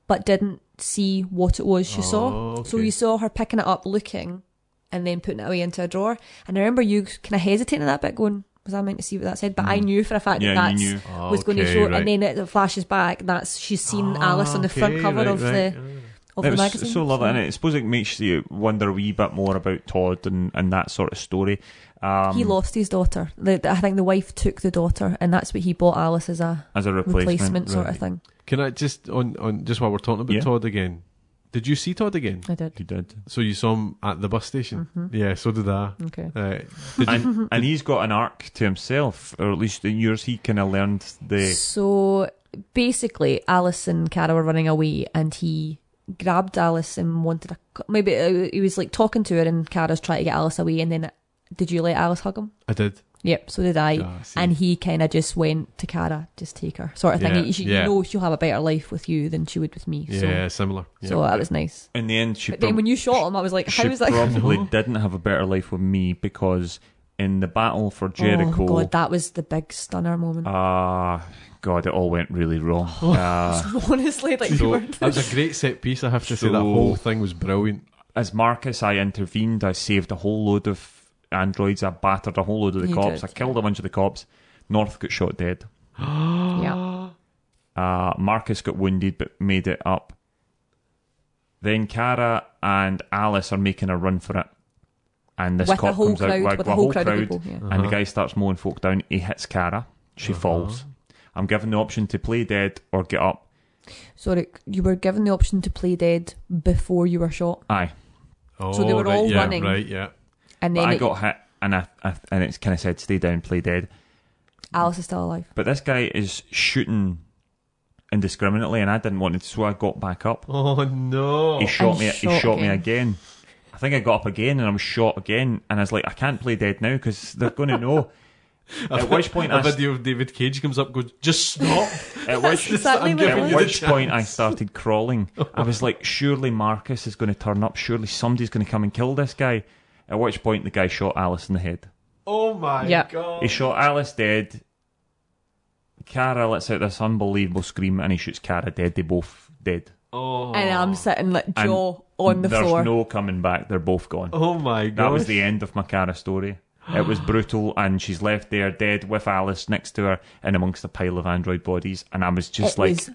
but didn't see what it was she saw.
Oh,
So
okay.
you saw her picking it up, looking, and then putting it away into a drawer. And I remember you kind of hesitating at that bit, going, "Was I meant to see what that said?" But I knew for a fact
Mm. Yeah,
that
you
that's
knew.
was going to
Okay,
show,
right. Ah,
and then it, it flashes back. That's she's seen Alice
Ah,
on the front
Okay,
cover
right,
of
right.
the
Ah.
of
it
the
was
magazine.
so lovely, and I suppose it makes you wonder a wee bit more about Todd and, and that sort of story. Um,
he lost his daughter. The, the- I think the wife took the daughter, and that's what he bought Alice as a
as a
replacement,
replacement.
sort of
right.
thing.
Can I just on on just while we're talking about
Yeah.
Todd again? Did you see Todd again?
I did. Mm-hmm.
He did,
So you saw him at the bus station. Yeah, so did I.
Okay.
Uh, did you,
and, and he's got an arc to himself, or at least in yours, he kind of learned the.
So basically, Alice and Cara were running away, and he grabbed Alice and wanted a cu- maybe uh, he was like talking to her, and Cara's trying to get Alice away, and then did you let Alice hug him?
I did.
Yep, so did I.
Ah, I see.
and he kind of just went to Cara, just take her, sort of thing.
Yeah,
You, should- you
yeah.
know she'll have a better life with you than she would with me.
yeah, similar.
So,
Yeah.
so uh, that was nice.
In the end, she,
But then
prob-
when you shot him, I was like,
she
how is that?
probably didn't have a better life with me because in the battle for Jericho.
Oh god, that was the big stunner moment.
Ah, God, it all went really wrong. Uh,
Honestly, like you
so
were
that was a great set piece. I have to say that
So-
whole thing was brilliant.
as Marcus, I intervened. I saved a whole load of androids. I battered a whole load of the
You
cops.
did,
I killed a bunch of the cops. North got shot dead.
yeah.
Uh, Marcus got wounded but made it up. Then Cara and Alice are making a run for it. And this
With
cop
a whole
comes
crowd,
out
with, a whole crowd, of people. Yeah.
and the guy starts mowing folk down. He hits Cara. She falls. I'm given the option to play dead or get up.
Sorry, you were given the option to play dead before you were shot,
Aye.
Oh,
they were
right,
all
yeah,
running.
Right, yeah.
and
But
then
I
it-
got hit and I, I and it's kind of said stay down, play dead.
Alice is still alive.
But this guy is shooting indiscriminately, and I didn't want it, so I got back up.
Oh no.
He shot
And
me. he
shot
shot me
again.
again. I think I got up again, and I was shot again. And I was like, I can't play dead now because they're going to know. at which point, I,
a video of David Cage comes up, goes, just stop.
at which,
Exactly
I'm
what it
giving
at
you
was.
the
which point I started crawling. I was like, surely Marcus is going to turn up. Surely somebody's going to come and kill this guy. At which point, the guy shot Alice in the head.
oh my
Yeah.
god.
He shot Alice dead. Cara lets out this unbelievable scream, and he shoots Cara dead. They both dead.
Oh,
And I'm sitting like
And
jaw on the
There's
floor.
no coming back. They're both gone.
oh my god.
that was the end of my Cara story. It was brutal, and she's left there dead with Alice next to her and amongst a pile of android bodies. And I was just
it
like,
was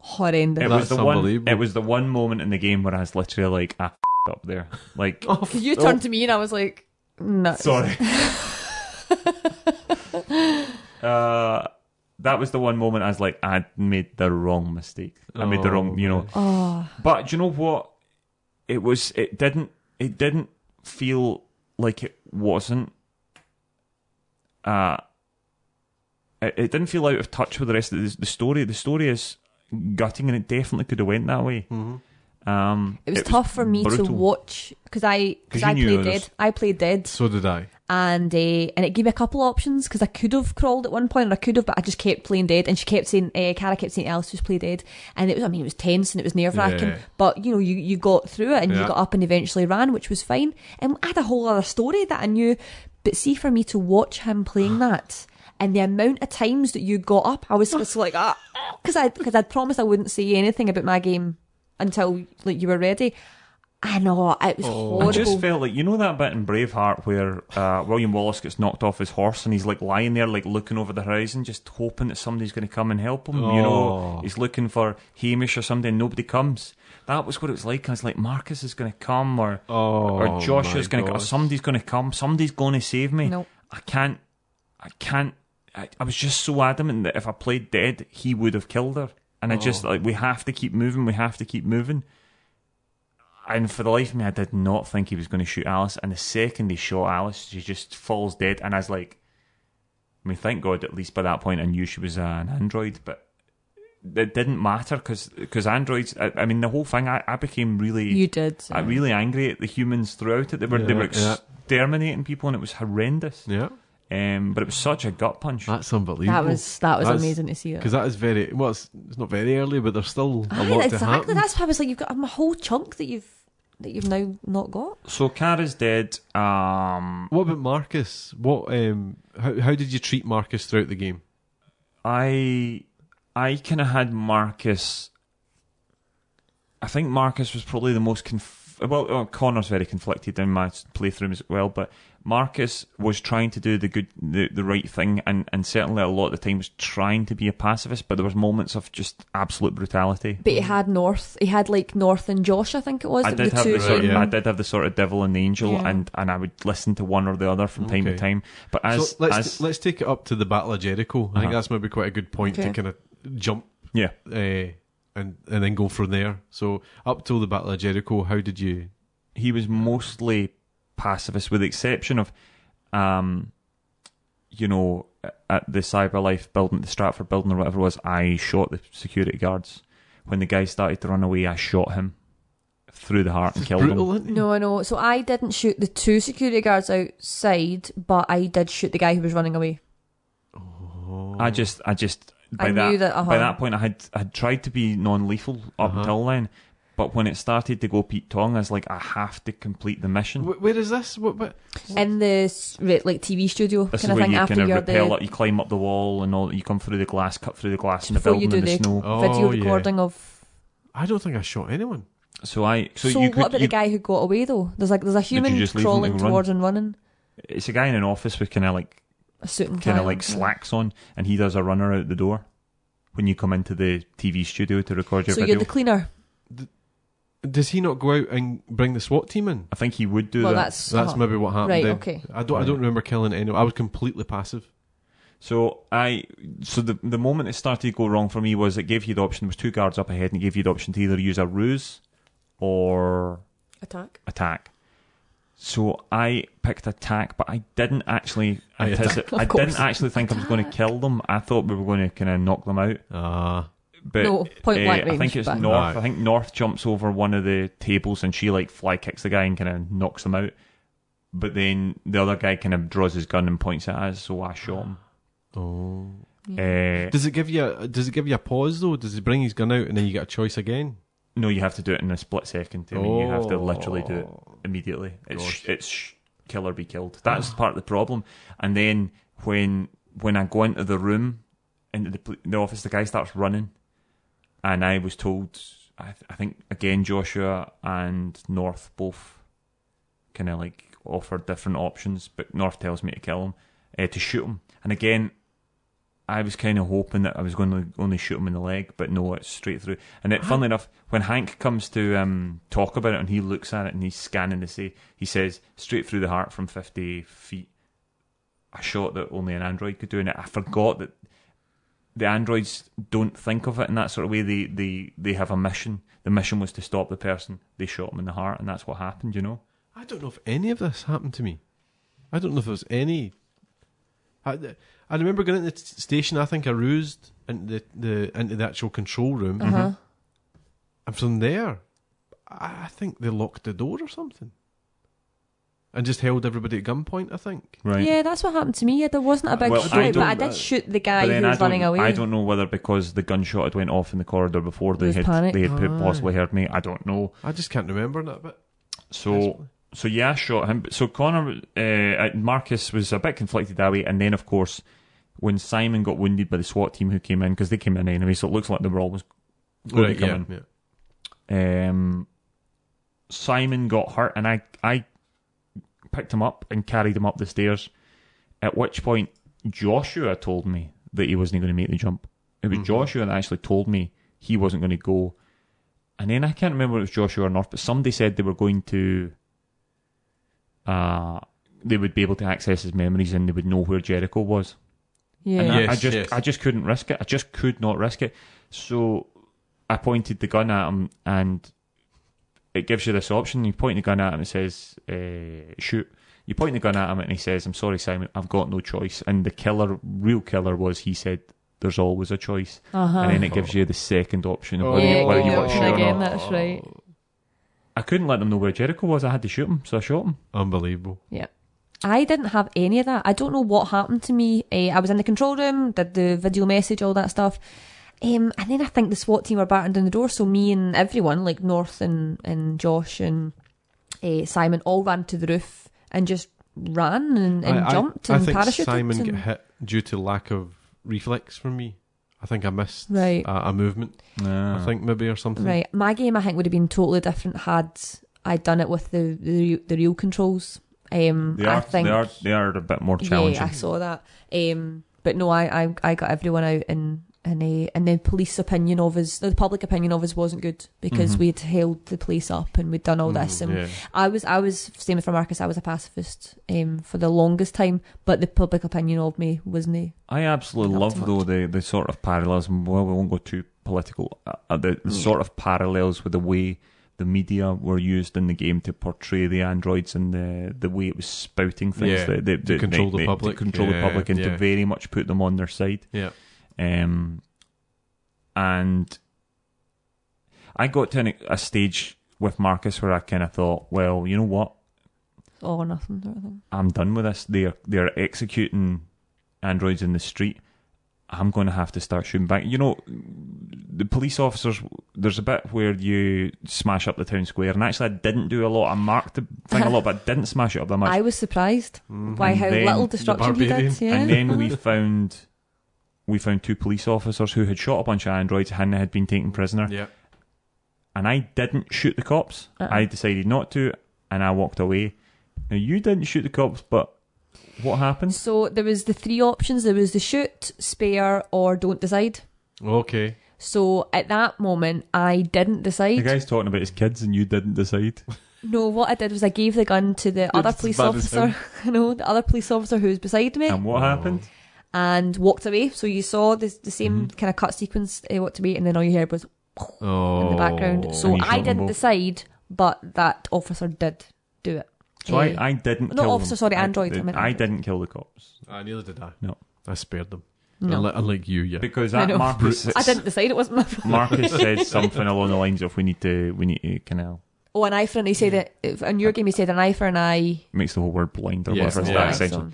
horrendous.
it was
That's
the one.
unbelievable.
It was the one moment in the game where I was literally like, I f***ed up there. Like,
Oh, f-
you turned to me and I was like, no.
sorry. uh, that was the one moment I was like, I made the wrong mistake. I made the
Oh,
wrong, you know.
Oh,
But do you know what? It was. It didn't. It didn't feel like it wasn't. Uh, it, it didn't feel out of touch with the rest of the, the story. The story is gutting, and it definitely could have went that way. Um,
it was tough for me to
brutal.
watch because I
'Cause
because
you
I
knew
played
it was-
dead. I played dead,
So did I.
and uh, and it gave me a couple options because I could have crawled at one point, or I could have, but I just kept playing dead. And she kept saying, uh, Cara kept saying, "Alice, just play dead." And it was, I mean, it was tense and it was nerve wracking,
Yeah.
but you know, you you got through it and
Yeah.
you got up and eventually ran, which was fine. And I had a whole other story that I knew, but see, for me to watch him playing that. And the amount of times that you got up, I was just like, ah, because I because I'd promised I wouldn't say anything about my game until like you were ready. I know it
Oh.
was horrible.
I just felt like you know that bit in Braveheart where uh, William Wallace gets knocked off his horse and he's like lying there, like looking over the horizon, just hoping that somebody's going to come and help him. You know,
Oh.
he's looking for Hamish or something, and nobody comes. That was what it was like. I was like, Marcus is going to come, or or
Oh,
Josh
my
is going to, or
gosh.
somebody's going to come, somebody's going to save me.
Nope.
I can't, I can't. I, I was just so adamant that if I played dead, he would have killed her. And I
Oh.
just like, we have to keep moving. We have to keep moving. And for the life of me, I did not think he was going to shoot Alice. And the second he shot Alice, she just falls dead. And I was like, I mean, thank God, at least by that point, I knew she was an android, but it didn't matter because androids, I, I mean, the whole thing, I, I became really.
you did.
I really angry at the humans throughout it. They were they were
Mm. Yeah, yeah.
exterminating people, and it was horrendous.
Yeah.
Um, but it was such a gut punch.
That's unbelievable.
That was that was
That's-
amazing to see that.
Because that is very well. It's, it's not very early, but there's still a
Aye,
lot to
exactly.
happen.
That's why I was like, you've got a whole chunk that you've that you've now not got.
So Kara's dead. Um,
What about Marcus? What? Um, how, how did you treat Marcus throughout the game?
I I kind of had Marcus. I think Marcus was probably the most conf- well. uh Connor's very conflicted in my s- playthrough as well, but Marcus was trying to do the good, the, the right thing, and, and certainly a lot of the time was trying to be a pacifist. But there was moments of just absolute brutality.
But he had North. He had like North and Josh, I think it was.
Mm. I
that
did
the
have
two
the sort.
sort
Of,
of-
Yeah.
I did have the sort of devil and the angel,
Yeah.
and, and I would listen to one or the other from time to
Okay.
time. But as
so let's
as
let's take it up to the Battle of Jericho. I
Uh-huh.
think that's maybe quite a good point
Okay.
to kind of jump
yeah,
uh, and and then go from there. So up till the Battle of Jericho, how did you?
he was mostly pacifist, with the exception of, um, you know, at the Cyberlife building, the Stratford building or whatever it was, I shot the security guards. When the guy started to run away, I shot him through the heart and killed him.
Brutal, isn't it?
No, I know. So I didn't shoot the two security guards outside, but I did shoot the guy who was running away.
Oh.
I just, I just by
I
that,
knew that, uh-huh.
by that point, I had I had tried to be non-lethal up
Uh-huh.
until then, but when it started to go Pete Tong, I was like, I have to complete the mission.
Wh- Where is this? What? what?
in the s- re- like TV studio
This is
kind of
where
thing
you
after
kind of
you're
rappel
the
up, you climb up the wall, and all. You come through the glass, cut through the glass in the
Before you
building
do
in the
the-
snow.
Oh,
video
yeah.
recording of.
I don't think I shot anyone.
So I, so,
So,
you
what
could,
about
you-
the guy who got away though? There's like there's a
you
human
just leave him to
crawling
run?
towards and running
It's a guy in an office with kind of like,
a suit and tie.
kind of
on.
like slacks on, and he does a runner out the door when you come into the TV studio to record your
So
video.
you're the cleaner.
Does he not go out and bring the SWAT team in?
I think he would do
well,
that.
that's
So that's
uh-huh.
maybe what happened.
Right,
then.
okay.
I don't. I don't
Right.
remember killing anyone. I was completely passive.
So I, so the the moment it started to go wrong for me was it gave you the option. There was two guards up ahead, and it gave you the option to either use a ruse or
attack.
attack. So I picked attack, but I didn't actually.
I attack.
antici-
Of
I
course.
didn't actually think I was going to kill them. I thought we were going to kind of knock them out.
Ah,
But
No, point
uh,
blank
I think
range,
it's
but-
North.
Right.
I think North jumps over one of the tables and she like fly kicks the guy and kind of knocks him out. But then the other guy kind of draws his gun and points it at us, so I shot him.
oh.
Uh,
Does it give you? A, does it give you a pause though? Does he bring his gun out and then you get a choice again?
no, you have to do it in a split second. I mean, you have to literally do it
Oh.
immediately. It's
Gosh.
it's sh- kill or be killed. That's part of the problem. And then when when I go into the room into the pl- the office, the guy starts running, and I was told I, th- I think again Joshua and North both kind of like offered different options, but North tells me to kill him, uh, to shoot him, and again. I was kind of hoping that I was going to only shoot him in the leg, but no, it's straight through. And it, funnily enough, when Hank comes to um, talk about it and he looks at it and he's scanning the say, he says straight through the heart from 50 feet. A shot that only an android could do, and I forgot that the androids don't think of it in that sort of way. They they they have a mission. The mission was to stop the person. They shot him in the heart, and that's what happened. You know.
I don't know if any of this happened to me. I don't know if there was any. I, I remember going into the t- station. I think I rused into the, the into the actual control room,
Mm-hmm.
Uh huh.
and from there, I, I think they locked the door or something, and just held everybody at gunpoint. I think.
Right.
Yeah, that's what happened to me. Yeah, there wasn't a big
Well, I
fight, but
don't- uh,
I did shoot the guy
But
who
then I
was
don't,
running away.
I don't know whether because the gunshot had went off in the corridor before they
There's
had
panic.
they had
Aye.
possibly heard me. I don't know.
I just can't remember that bit.
So So yeah, I shot him. But So Connor, uh, Marcus was a bit conflicted that way, and then of course, when Simon got wounded by the SWAT team who came in because they came in anyway, so it looks like they were always going
Right,
to
yeah,
come
yeah.
in. Um, Simon got hurt, and I I picked him up and carried him up the stairs. At which point, Joshua told me that he wasn't going to make the jump. It was
Mhm.
Joshua that actually told me he wasn't going to go. And then I can't remember if it was Joshua or not, but somebody said they were going to. Uh, they would be able to access his memories and they would know where Jericho was. And
Yeah.
I,
Yeah.
I
Yes,
just,
yes.
I just couldn't risk it. I just could not risk it. So I pointed the gun at him, and it gives you this option. You point the gun at him, it says uh, shoot. You point the gun at him, and he says, "I'm sorry, Simon. I've got no choice." And the killer, real killer, was he said, "There's always a choice."
Uh huh.
and then it gives you the second option of
Oh.
whether, you,
Yeah,
whether you
yeah,
want to
yeah.
shoot or
Again,
not.
that's right.
I couldn't let them know where Jericho was. I had to shoot him, so I shot him.
Unbelievable.
I didn't have any of that. I don't know what happened to me. Uh, I was in the control room, did the video message, all that stuff. Um, and then I think the SWAT team were battering down the door, so me and everyone, like North and, and Josh and uh, Simon all ran to the roof and just ran and, and
I- I-
jumped
I,
and
think
parachuted.
Simon
and-
got hit due to lack of reflex from me. I think I missed
Right.
a, a movement.
No.
I think maybe or
Mm-hmm.
something.
Right, my game I think would have been totally different had I done it with the the, the real controls. Um,
they
I
are,
think
they are they are a bit more challenging.
Yeah, I saw that. Um, but no, I, I I got everyone out and and uh, and the police opinion of us, the public opinion of us wasn't good because
Mhm.
we'd held the police up and we'd done all
Mm,
this. And
Mm, yeah.
I was I was same for Marcus. I was a pacifist um, for the longest time, but the public opinion of me wasn't. eh,
I absolutely
Not
love
too
though the, the sort of parallels. Well, we won't go too political. Uh, uh, the
Mm.
the sort of parallels with the way the media were used in the game to portray the androids and the the way it was spouting things.
Yeah,
that, that,
to
that
control the
they-
public.
to control
Yeah,
the public, and
yeah.
to very much put them on their side.
Yeah.
Um, and I got to an, a stage with Marcus where I kind of thought, well, you know what,
all or oh, nothing sort of thing.
I'm done with this. They're they're executing androids in the street. I'm going to have to start shooting back. You know, the police officers. There's a bit where you smash up the town square, and actually, I didn't do a lot. I marked the thing a lot, but I didn't smash it up that much.
I was surprised by
And
how
then
little
the
destruction he
barbarian.
did. Yeah.
And then we found we found two police officers who had shot a bunch of androids and had been taken prisoner.
Yeah.
And I didn't shoot the cops.
Uh-uh.
I decided not to, and I walked away. Now you didn't shoot the cops, but what happened?
so there was the three options. There was the shoot, spare, or don't decide.
Okay.
So at that moment, I didn't
The
decide.
guy's talking about his kids, and you didn't decide.
No, what I did was I gave the gun to the other
just
police
bad as
officer. no, the other police officer who was beside me,
And what happened?
and walked away. So you saw this, the same
Mm-hmm.
kind of cut sequence. He walked away, and then all you heard was
Oh.
in the background. So
And you shot
I
them
didn't
both.
decide, but that officer did do it.
So
Eh,
I, I didn't
No,
kill
officer,
them.
sorry,
I-
android,
the-
I meant
I
android.
didn't kill the cops
I Ah, neither did I.
No.
I spared them.
No.
Unlike, unlike you, yeah.
because
I
that
know.
Marcus
I didn't decide it wasn't my fault.
Marcus said something along the lines of we need to we need to kind of
Oh, an eye for an eye. He said it on your game. He said an eye for an eye.
makes the whole word blind or
Yeah,
whatever
it's
it's
blind,
that essential.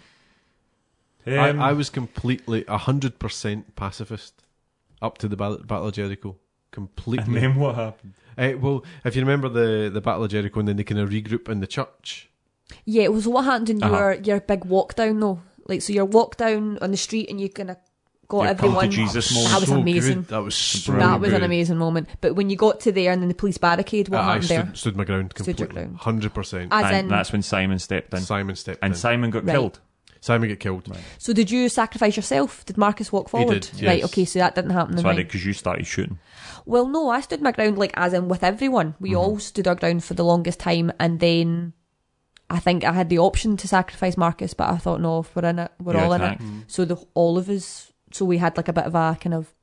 Um,
I, I was completely, 100% pacifist up to the Battle, Battle of Jericho.
and
Completely.
then what happened?
Eh, well, if you remember the, the Battle of Jericho and then they kind of regroup in the church.
Yeah, it was what happened in
Uh-huh.
your your big walk down though. Like so, your walk down on the street, and you kind of got
Your come to
everyone.
Jesus
That
moment.
That was
so
amazing.
good. That was so
That
That was an
good.
amazing moment. But when you got to there and then the police barricade, what
Uh, I
happened there?
stood, stood my ground
Stood your
completely.
ground. Ah.
Hundred percent.
As
And
in,
that's when Simon stepped in,
Simon stepped
and
in.
Simon got
Right.
killed.
Simon got killed.
so did you sacrifice yourself? Did Marcus walk
He
forward?
did,
Right.
yes.
Okay. So that didn't happen.
So
then,
I
right.
did because you started shooting.
Well, no, I stood my ground. Like as in with everyone,
Mm-hmm.
we all stood our ground for the longest time, and then. I think I had the option to sacrifice Marcus, but I thought, no, if we're in it, we're
You
all
attacked.
in it. So the all of us, so we had like a bit of a kind of,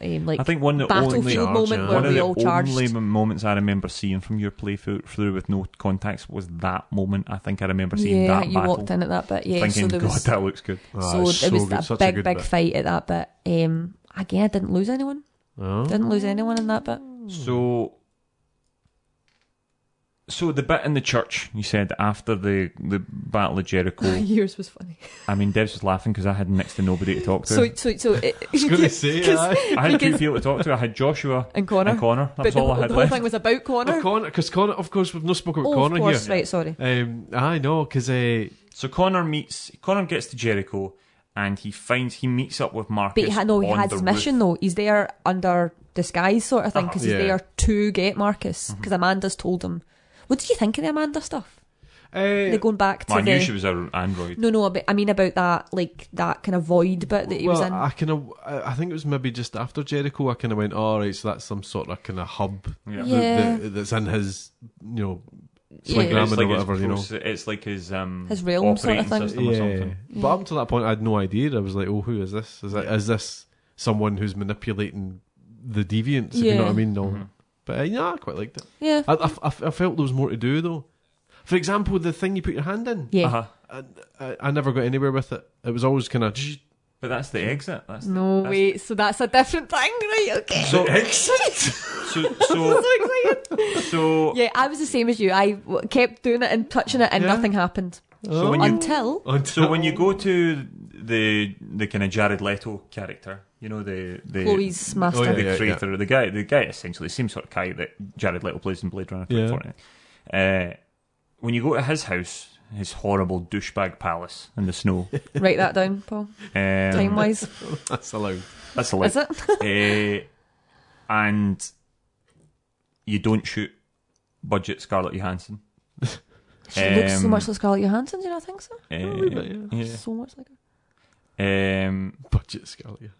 um, like
I think one of the only
battlefield
Charge,
moment
yeah.
one
where
of
we
the
all charged.
only m- moments I remember seeing from your playthrough with no context was that moment. I think I remember seeing
yeah,
that
you
battle,
walked in at that bit. Yeah,
thinking,
so there
"God,
was
that looks good."
Ah,
so
it's
there was
good.
a
Such
big,
good
big
bit.
fight at that bit. Um, again, I didn't lose anyone.
Oh.
Didn't lose anyone in that bit.
So, so the bit in the church you said after the the Battle of Jericho.
Yours was funny.
I mean, Debs was laughing because I had next to nobody to talk to.
So, so, so. It,
I was gonna say,
'cause-
aye.
I had two
because-
people to talk to. I had Joshua
and Connor,
and Connor. That
but
was
the,
all I
whole-
had
the whole
left.
thing was about Connor.
Of Connor, because Connor, of course, we've not spoken about
oh,
Connor
of course,
here.
right? Sorry.
Um, I know, because uh,
So Connor meets. Connor gets to Jericho, and he finds he meets up with Marcus.
But he had no, he
on
had
the
his
roof. Ah,
mission though. He's there under disguise, sort of thing, because
Yeah.
he's there to get Marcus.
Mm-hmm.
Because Amanda's told him. What did you think of the Amanda stuff?
uh,
They're going back to
Well, I
the.
knew she was an android.
No, no, but I mean about that, like that kind of void bit that he
well,
was in.
I kind of, I think it was maybe just after Jericho. I kind of went, all right, so that's some sort of kind of hub
Yeah.
that-
Yeah.
that- that's in his, you know,
Yeah.
Like
It's
Ramen or
like
whatever,
his
you know.
proce- It's like his um
His realm sort of
operating
thing.
system or something.
But up to that point, I had no idea. I was like, oh, who is this? Is, that, is this someone who's manipulating the deviants? If you
Yeah.
know what I mean? No.
Mm-hmm.
But uh, yeah, I quite liked it.
yeah.
I, I, I- I felt there was more to do though. For example, the thing you put your hand in,
yeah.
Uh-huh.
I, I never got anywhere with it. It was always kind of.
But that's the exit. That's
No,
That's-
wait, so that's a different thing, right? Okay.
So-
exit?
so so so.
yeah, I was the same as you. I w- kept doing it and touching it, and
Yeah.
nothing happened.
Oh.
So when you
Until.
uh, so when you go to the the kind of Jared Leto character, you know the the
Chloe's master.
Oh, yeah,
the
yeah,
creator, the guy, the guy essentially, the same sort of guy that Jared Leto plays in Blade Runner.
Yeah.
2049. Uh, when you go to his house, his horrible douchebag palace in the snow.
Write that down, Paul. Time
Um,
wise,
That's allowed.
that's a lot.
is
uh,
it?
and you don't shoot budget Scarlett Johansson.
She looks so
Um,
much like Scarlett Johansson. Do you not think so?
Uh,
wee bit,
So much like her.
yeah. Um,
Budget Scarlet.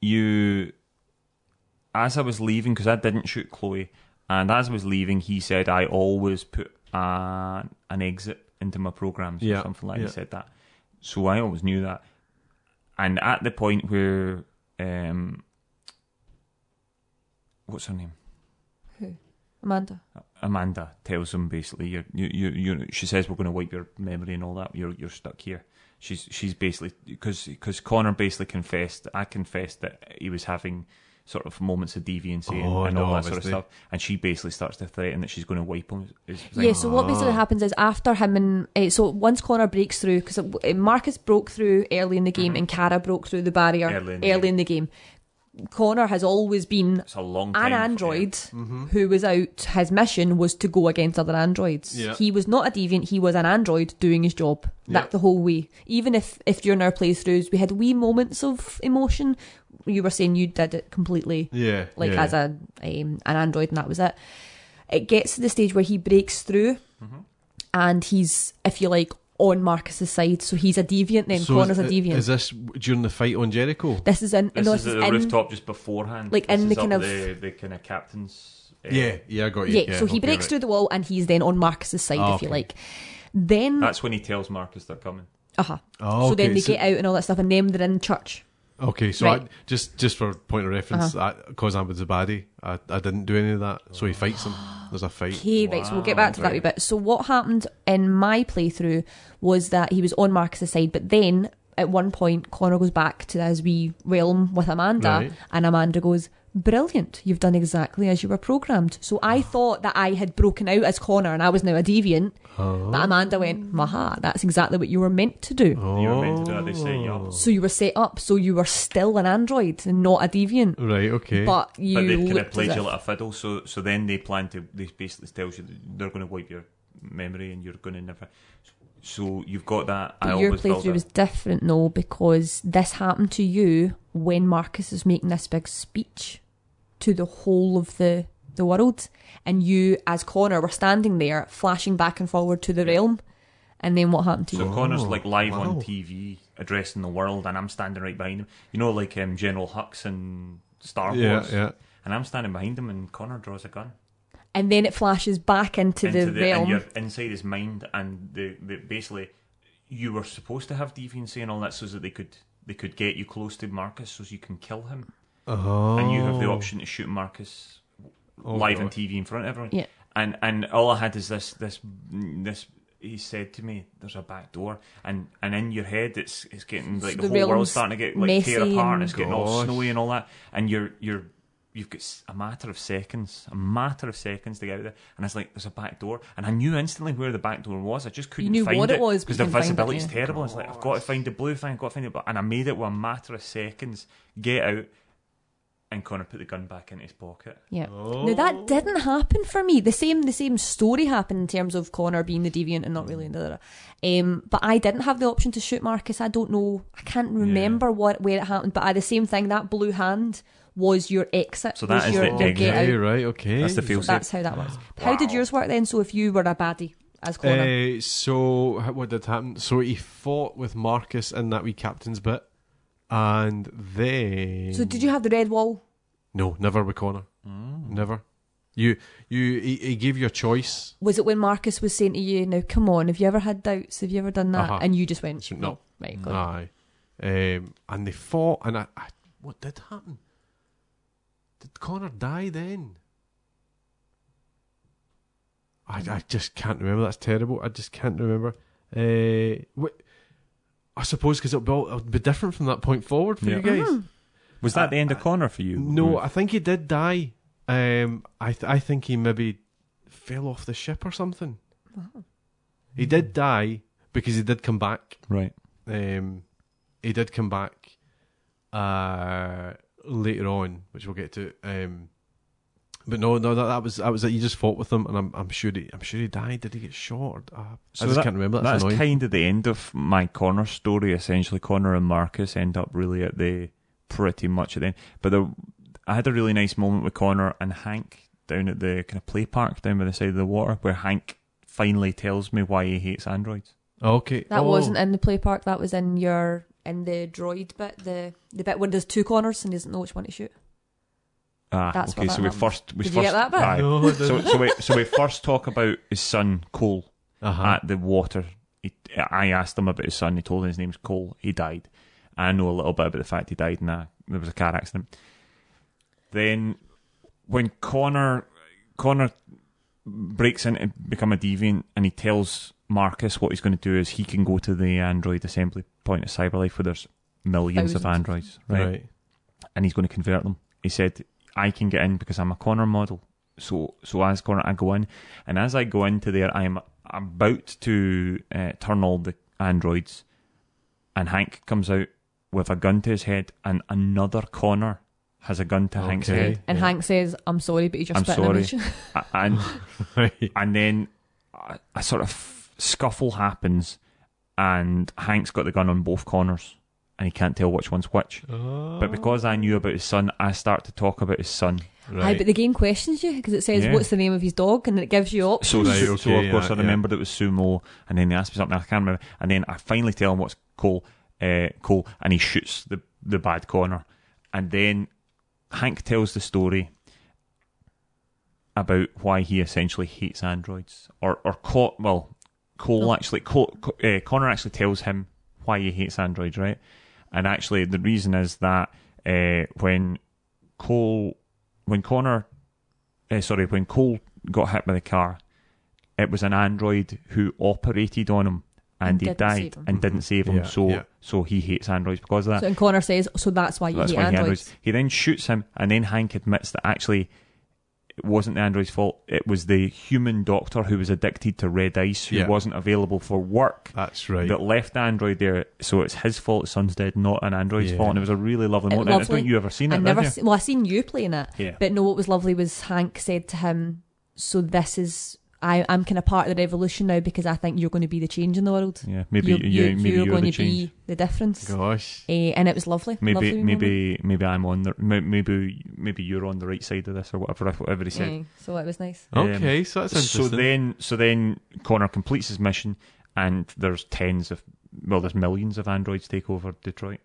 you as I was leaving because I didn't shoot Chloe, and as I was leaving, he said I always put uh, an exit into my programs
Yeah,
or something like
yeah.
he said that. So I always knew that, and at the point where um, what's her name?
Who? Amanda.
Amanda tells him basically, you're, you, you, you, she says we're going to wipe your memory and all that. You're, you're stuck here. She's, she's basically because, because Connor basically confessed. I confessed that he was having sort of moments of deviancy and-
Oh,
and, all
no,
that sort of
obviously.
stuff. And she basically starts to threaten that she's going to wipe him. It's like,
Yeah, so what basically happens is after him and uh, so once Connor breaks through because Marcus broke through early in the game and Cara broke through the barrier
Mm-hmm. Early
early
in
in,
the game.
the game. Connor has always been
It's a long time.
an android
Mm-hmm.
who was out. His mission was to go against other androids.
Yeah.
He was not a deviant. He was an android doing his job.
Yeah.
That the whole way. Even if if during our playthroughs we had wee moments of emotion, you were saying you did it completely
Yeah.
like
yeah.
as a um, an android and that was it it gets to the stage where he breaks through
Mm-hmm.
and he's if you like on marcus's side so he's a deviant then
So
connor's
is,
a deviant
Is this during the fight on Jericho?
this is in
This
no,
is at
this
the
is in-
rooftop just beforehand.
like,
This
in
is
the kind
up
of-
the, the kind of captain's. uh,
yeah, yeah, I got you.
yeah, so he
okay,
breaks
right.
through the wall and he's then on marcus's side
Ah,
if you
okay.
like then
That's when he tells Marcus they're coming.
uh-huh
Oh,
so then
okay,
they
so-
get out and all that stuff and then they're in church
Okay, so
Right. Uh-huh.
I, just just for point of reference, because I was a baddie, I, I didn't do any of that. So he fights him. There's a fight.
Okay, right, so we'll get
Wow.
back to that wee bit. So what happened in my playthrough was that he was on Marcus's side, but then at one point Connor goes back to his wee realm with Amanda,
Right.
and Amanda goes, "Brilliant! You've done exactly as you were programmed." So I thought that I had broken out as Connor and I was now a deviant,
Oh.
Oh.
but Amanda went, "Maha, that's exactly what you were meant to do."
You were meant to do that. They say, yeah.
So you were set up, so you were still an android and not a deviant,
Right. Okay.
but you
but they've kind of
looked
played
as
you
if-
like a fiddle. So so then they plan to. They basically tells you that they're going to wipe your memory and you're going to never. So you've got that. I
But your
always felt
playthrough
that.
was different, though, because this happened to you when Marcus was making this big speech to the whole of the, the world. And you, as Connor, were standing there, flashing back and forward to the realm. And then what happened to
so
you?
Connor's like live on
Oh, wow.
TV addressing the world, and I'm standing right behind him. You know, like um, General Hux in Star Wars.
yeah, yeah.
And I'm standing behind him, and Connor draws a gun
And then it flashes back into,
into
the,
the, and
realm.
you're inside his mind, and the, the basically you were supposed to have deviancy and all that, so that they could they could get you close to Marcus, so you can kill him.
Oh.
and you have the option to shoot Marcus live on
right.
TV in front of everyone.
Yeah.
And and all I had is this this this. He said to me, "There's a back door,and and in your head, it's it's getting like
the
the, whole world's
realm's
starting to get like
messy
tear apart, and
and-
it's getting all
Gosh.
snowy and all that, and you're you're." You've got s- a matter of seconds, a matter of seconds to get out there, and it's like there's a back door, and I knew instantly where the back door was. I just couldn't
knew
find
what it was, but
because the
you couldn't find it,
visibility is
yeah.
terrible. It's like I've got to find the blue thing, I've got to find it, and I made it with a matter of seconds. Get out, and Connor put the gun back in his pocket.
Yeah. Now
Oh.
that didn't happen for me. The same the same story happened in terms of Connor being the deviant and not really
Mm.
another. Um, but I didn't have the option to shoot Marcus. I don't know. I can't remember what where it happened. But I, the same thing. That blue hand was your exit.
So that
was
is
your,
the
your
exit.
get
Okay,
out.
right. Okay.
That's the feel safe.
That's how that works. How did yours work then? So if you were a baddie as Connor,
Uh, so h- what did happen? So he fought with Marcus in that wee captain's bit, and then
so
Um.
did you have the red wall?
no, never with Connor,
Mm.
never. You you he, he gave you a choice.
Was it when Marcus was saying to you, "Now come on, have you ever had doubts? Have you ever done that?"
Uh-huh.
And you just went,
So, no.
right, got it."
Aye, um, and they fought, and I, I what did happen? Did Connor die then? I, I just can't remember. That's terrible. I just can't remember. Uh, wh- I suppose because it'll be, all, it'll be different from that point forward for
Yeah.
you guys.
Mm-hmm.
Was that the end of Connor for you?
No, I think he did die. Um, I th- I think he maybe fell off the ship or something. He
Hmm.
did die because he did come back.
right.
Um, he did come back uh, later on, which we'll get to. Um, But no, no, that, that was that was it. You just fought with him, and I'm I'm sure he I'm sure he died. Did he get shot? Or, uh, I just
that-
can't remember. That's
That's
annoying.
kind of the end of my Connor story. Essentially, Connor and Marcus end up really at the pretty much at the end. But the, I had a really nice moment with Connor and Hank down at the kind of play park down by the side of the water, where Hank finally tells me why he hates androids.
Oh, okay,
That
Oh.
wasn't in the play park. That was in your in the droid bit. The the bit where there's two corners and he doesn't know which one to shoot.
Ah,
That's
okay.
what
So
that
we
meant.
first we
Did you
first
get that bit?
aye.
No, I
so so we so we first talk about his son Cole.
Uh-huh.
at the water. He, I asked him about his son. He told me his name's Cole. He died. I know a little bit about the fact he died in a there was a car accident. Then, when Connor Connor breaks in to become a deviant, and he tells Marcus what he's going to do is he can go to the android assembly point at Cyberlife where there's millions of
Thousands.
androids,
right.
right? and he's going to convert them. He said, I can get in because I'm a corner model. So, so as corner, I go in, and as I go into there, I'm about to uh, turn all the androids, and Hank comes out with a gun to his head, and another corner has a gun to Hank's
Okay.
head,
And
Yeah.
Hank says, "I'm sorry, but you just
I'm
spit an
sorry.
image."
A- and
Right.
and then a, a sort of scuffle happens, and Hank's got the gun on both corners, and he can't tell which one's which.
Oh.
But because I knew about his son, I start to talk about his son.
Aye, but the game questions you because it says,
Yeah.
"What's the name of his dog?" and it gives you options.
So,
Right,
so- so
okay,
of course
yeah,
I remembered it was sumo, and then they asked me something I can't remember, and then I finally tell him what's Cole, uh, Cole, and he shoots the the bad corner, and then Hank tells the story about why he essentially hates androids, or or Co- well, Cole
Oh.
actually Cole, Co- uh, Connor actually tells him why he hates androids, right? And actually, the reason is that uh, when Cole, when Connor, uh, sorry, when Cole got hit by the car, it was an android who operated on him, and,
And
he
didn't
died
save him.
and didn't save him.
Yeah,
so,
yeah.
so he hates androids because of that.
So and Connor says, "So that's why you
That's
hate
why he
androids."
androids. He then shoots him, and then Hank admits that actually it wasn't the android's fault. It was the human doctor who was addicted to red ice, who
Yeah.
wasn't available for work,
That's right.
that left the android there. So it's his fault. His son's dead, not an android's
Yeah.
fault. And it was a really lovely
It-
moment. I don't
lovely.
think you ever seen it.
I
did
never.
you?
Se- well, I seen you playing it,
Yeah.
but no. What was lovely was Hank said to him, "So this is I. I'm kind of part of the revolution now because I think you're going to be the change in the world.
yeah, maybe you,
you're,
you- maybe
you're
you're
going
the
to
change.
be the difference."
Gosh.
Eh, and it was lovely. lovely
Maybe,
wee moment.
maybe, maybe I'm on the may- maybe maybe you're on the right side of this or whatever. Whatever he said.
Eh, so it was nice.
Um,
Okay, so that's interesting.
so then so then Connor completes his mission and there's tens of well there's millions of androids take over Detroit.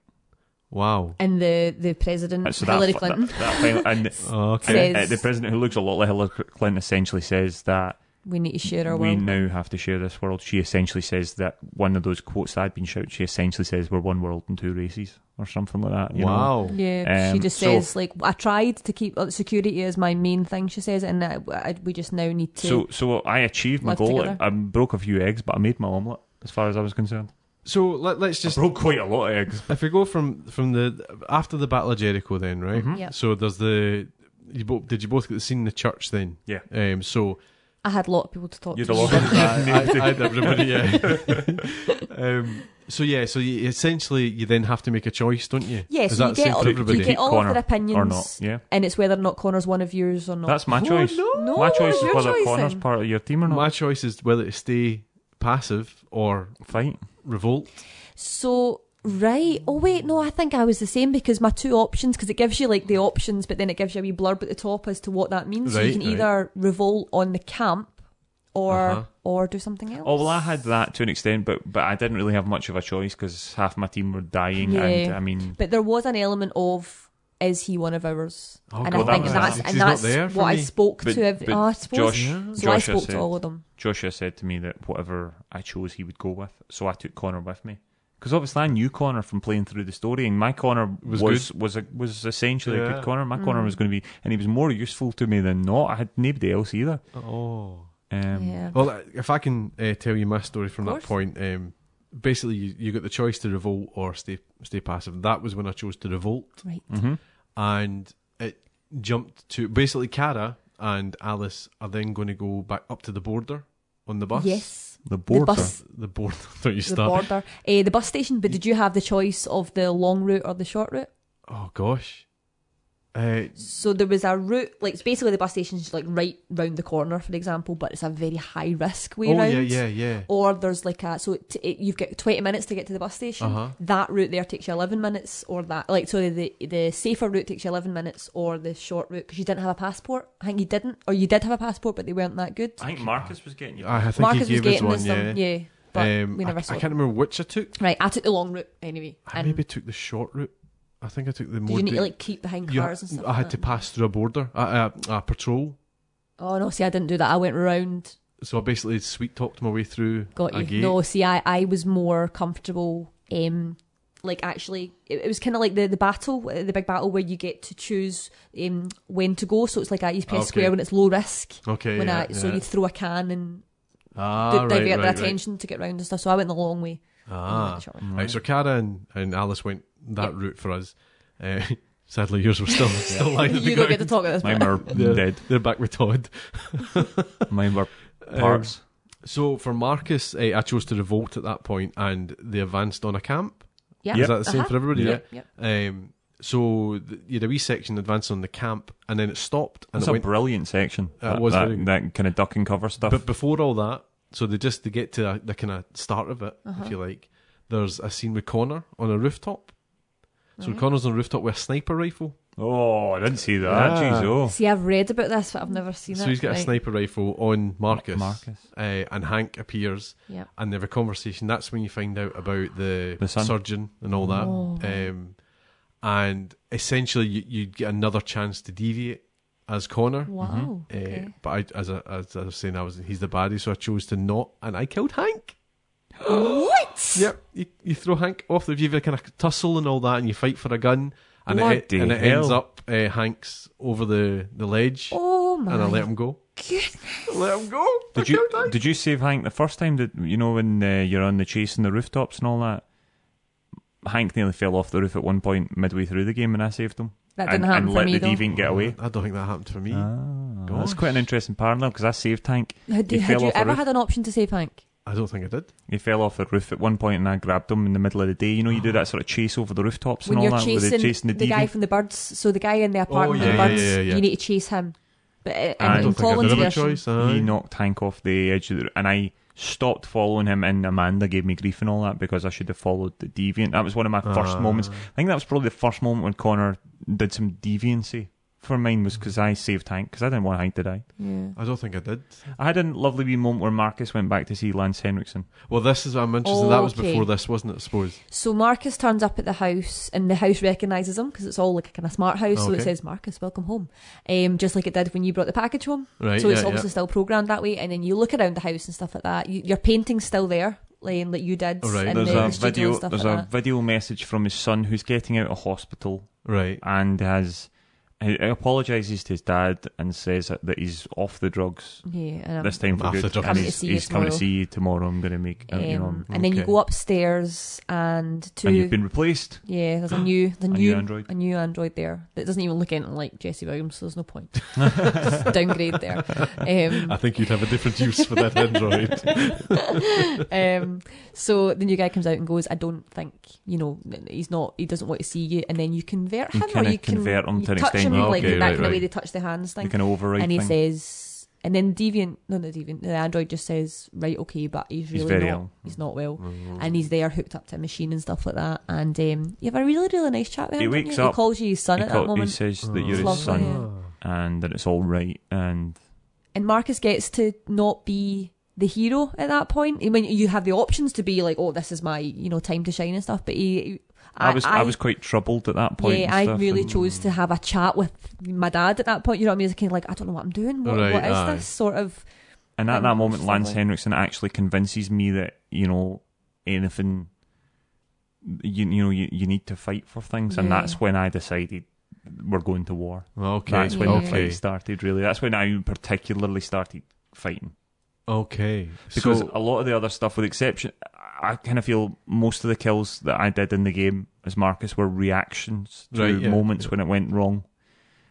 wow.
And the the president
So that-
Mm. Hillary
that-
Clinton
That, final, and
Okay.
and, uh,
Says-
the president who looks a lot like Hillary Clinton essentially says that
we need to share our
we
world.
now have to share this world. She essentially says that one of those quotes that I'd been shouting, she essentially says we're one world and two races or something like that. You Know?
wow.
Yeah, she
Um,
just
so-
says like I tried to keep uh, security is my main thing. She says, and I, I, we just now need to.
So so I achieved my
Live
goal.
together.
I, I broke a few eggs, but I made my omelette as far as I was concerned.
So let, let's just
I broke quite a lot of eggs.
if we go from from the after the Battle of Jericho, then right.
Yep.
So there's the you both did you both get the scene in the church then?
Yeah.
Um. So
I had a lot of people to talk
You'd
to.
have lost
I, I, I had everybody. Yeah. um. So yeah. So you, essentially, you then have to make a choice, don't you?
Yeah,
Is
so
that
you
the same
get
for
all,
everybody?
you get all
Corner
of their opinions,
or not, yeah.
and it's whether or not Connor's one of yours or not.
That's my
Oh,
choice.
no.
No,
my choice
it's
is
your
whether
choice
Connor's
then.
part of your team or not.
My choice is whether to stay passive or
Fight.
revolt.
so right. Oh wait, no, I think I was the same because my two options because it gives you like the options, but then it gives you a wee blurb at the top as to what that means. so you
Right,
can
right.
either revolt on the camp or
Uh-huh.
or do something else.
Oh well, I had that to an extent, but but I didn't really have much of a choice because half my team were dying,
Yeah.
and I mean,
But there was an element of is he one of ours?
Oh,
and
God,
I
that
think
was
nice.
that's and
He's not
that's
there for
what I
me.
spoke
But-
to. Every,
but
oh, I suppose.
Josh-
so I
Joshua
spoke
said-
to all of them.
Joshua said to me that whatever I chose, he would go with, so I took Connor with me. Because obviously I knew Connor from playing through the story, and my Connor was was
Was
was, a, was essentially a
Yeah.
good Connor. My
Mm.
Connor was going to be, and he was more useful to me than not. I had nobody else either.
Oh.
Um,
yeah.
Well, uh, if I can uh, tell you my story from that
course.
point, um, basically you, you got the choice to revolt or stay stay passive. That was when I chose to revolt,
Right.
mm-hmm.
and it jumped to basically Cara and Alice are then going to go back up to the border on the bus.
Yes.
The
The
border.
bus
the border. Don't you
the
start?
border, uh, the bus station. But did you have the choice of the long route or the short route?
Oh gosh, Uh,
So there was a route, like it's basically the bus station's like right round the corner, for example, but it's a very high risk way
oh
round.
yeah, yeah, yeah.
Or there's like a so it, it, you've got 20 minutes to get to the bus station.
Uh-huh.
That route there takes you 11 minutes, or that like so the the safer route takes you 11 minutes, or the short route because you didn't have a passport. I think you didn't, or you did have a passport, but they weren't that good.
I think Marcus was getting you.
I, I think
Marcus
he
was
gave us
getting
one.
this
Yeah,
done, yeah, but
Um,
we never
I,
saw
I
it.
can't remember which I took.
Right, I took the long route anyway.
I
and
maybe took the short route. I think I took the
did
more.
you need
da-
to like keep behind
you-
cars and stuff?
I
like
had to
that?
pass through a border, a, a, a patrol.
Oh no, see, I didn't do that. I went round.
So I basically sweet talked my way through.
Got
a
you.
gate.
No, see, I, I was more comfortable. Um, like actually, it, it was kind of like the the battle, uh, the big battle where you get to choose um when to go. So it's like at East Press
Okay.
Square when it's low risk.
Okay.
when
yeah,
I, so
yeah.
you throw a can and
ah,
di-
right,
divert
right,
their
right.
attention to get round and stuff. So I went the long way. I went
Ah,
the short way.
Mm-hmm.
Right, so Cara and, and Alice went that
Mm. Yeah.
route for us. Uh, sadly, yours were still still lying. at the
you don't get to
ground.
talk at this
Mine
point.
were
They're-
dead.
They're back with Todd.
Mine were
Um,
parts.
so for Marcus, eh, I chose to revolt at that point, and they advanced on a camp.
Yeah.
Is that the same
Uh-huh.
for everybody?
Yep, yep.
Yeah. Um, so th- you had a wee section advanced on the camp, and then it stopped, and
That's
it
a
went.
brilliant section.
That
That,
was
that,
very good.
that kind of duck and cover stuff.
But before all that, so they just they get to a, the kind of start of it,
Uh-huh.
if you like. There's a scene with Connor on a rooftop. So
Uh-huh. Mm-hmm.
Connor's on a rooftop with a sniper rifle.
oh, I didn't see that.
Yeah.
Jeez, oh.
See, I've read about this, but I've never seen it.
So he's got a
Right.
sniper rifle on Marcus.
oh. Marcus.
Uh, and Hank appears
Yep.
and they have a conversation. That's when you find out about the,
The son.
surgeon and all that.
Oh.
Um, and essentially, you, you get another chance to deviate as Connor.
Wow.
Uh,
Okay.
But I, as, I, as I was saying, I was he's the baddie, so I chose to not, and I killed Hank.
What?
Yep, you, you throw Hank off. the- You have a kind of tussle and all that, and you fight for a gun, and it,
Bloody
and it
hell.
ends up uh, Hank's over the, the ledge,
Oh my
and I let him go.
goodness.
Let him go.
Did you did you save Hank the first time? Did you know when uh, you're on the chase and the rooftops and all that? Hank nearly fell off the roof at one point midway through the game, and I saved him.
That
and,
didn't happen
and
for
let
me,
the
though.
deviant get away.
I don't think that happened for me.
Ah, that's
Ah. Gosh.
quite an interesting parallel because I saved Hank.
Had,
He
had
fell
you
off a
ever
roof.
had an option to save Hank?
I don't think I did.
He fell off the roof at one point, and I grabbed him in the middle of the day. You know, you do that sort of chase over the rooftops
When
and all
you're
that, where
chasing,
they're chasing the, Oh,
the
deviant.
guy from the birds, so the guy in the apartment
yeah,
with
yeah,
the birds,
yeah, yeah.
you need to chase him. But in,
I
I
don't
in
don't think I
Colin's
did have a
version,
choice.
he
aye.
knocked Hank off the edge of the and I stopped following him and Amanda gave me grief and all that because I should have followed the deviant. That was one of my first
Ah.
moments. I think that was probably the first moment when Connor did some deviancy. For mine was because I saved Hank because I didn't want Hank to die.
yeah.
I don't think I did.
I had a lovely wee moment where Marcus went back to see Lance Henriksen.
Well, this is I'm interested. that was
Okay.
before this, wasn't it? I suppose.
So Marcus turns up at the house, and the house recognises him because it's all like a kind of smart house. So
Okay.
it says Marcus, welcome home, um, just like it did when you brought the package home.
Right,
so it's
yeah,
obviously
yeah.
still programmed that way. And then you look around the house and stuff like that. You, your painting's still there, laying like you did.
Oh, right.
in
There's
the
a
studio
video.
and stuff
There's
like
a video message from his son who's getting out of hospital
Right.
and has he apologizes to his dad and says that he's off the drugs
that. Yeah, and I'm-
this time for
After
good.
drugs.
And
Coming
he's,
to see you
he's coming to
tomorrow.
see you tomorrow. I'm going to make, uh, you know,
Um,
I'm-
and then you
Okay.
go upstairs and to
and you've been replaced.
yeah, there's a new the
new
new,
Android.
a new Android there that doesn't even look anything like Jesse Williams, so there's no point. Downgrade there. Um,
I think you'd have a different use for that android.
um, so the new guy comes out and goes, I don't think you know he's not he doesn't want to see you, and then you convert
You
him or
kinda
you can
convert him
you
to an
touch
extent.
him like
Okay,
that
right,
kind of way
right.
they touch the hands
You
thing,
can override
and he
things.
says, and then Deviant no no Deviant the Android just says right okay, but he's
He's
really
very
not
ill. Mm.
he's not well. and he's there hooked up to a machine and stuff like that. And um, you have a really, really nice chat with him.
He
don't you?
wakes up,
He calls you his son
he,
at
call- he
that moment.
says that
Oh.
you're his
It's lovely,
son and that it's all right. And
And Marcus gets to not be the hero at that point. I mean, you have the options to be like, oh, this is my, you know, time to shine and stuff. But he,
I, was I, was quite troubled at that point. and
yeah, I
stuff,
really
and-
chose to have a chat with my dad at that point. You know what I mean? It's kind of like, I don't know what I'm doing. What,
Right,
what is
aye.
this sort of?
And at that
I'm
moment, Lance
troubled.
Henriksen actually convinces me that you know anything. You, you know you, you need to fight for things, and
Yeah.
that's when I decided we're going to war.
Okay.
Ah. That's when the
okay.
fight started. Really, that's when I particularly started fighting.
Okay.
because
so,
a lot of the other stuff, with exception, I kind of feel most of the kills that I did in the game as Marcus were reactions to
Right, yeah.
moments when it went wrong.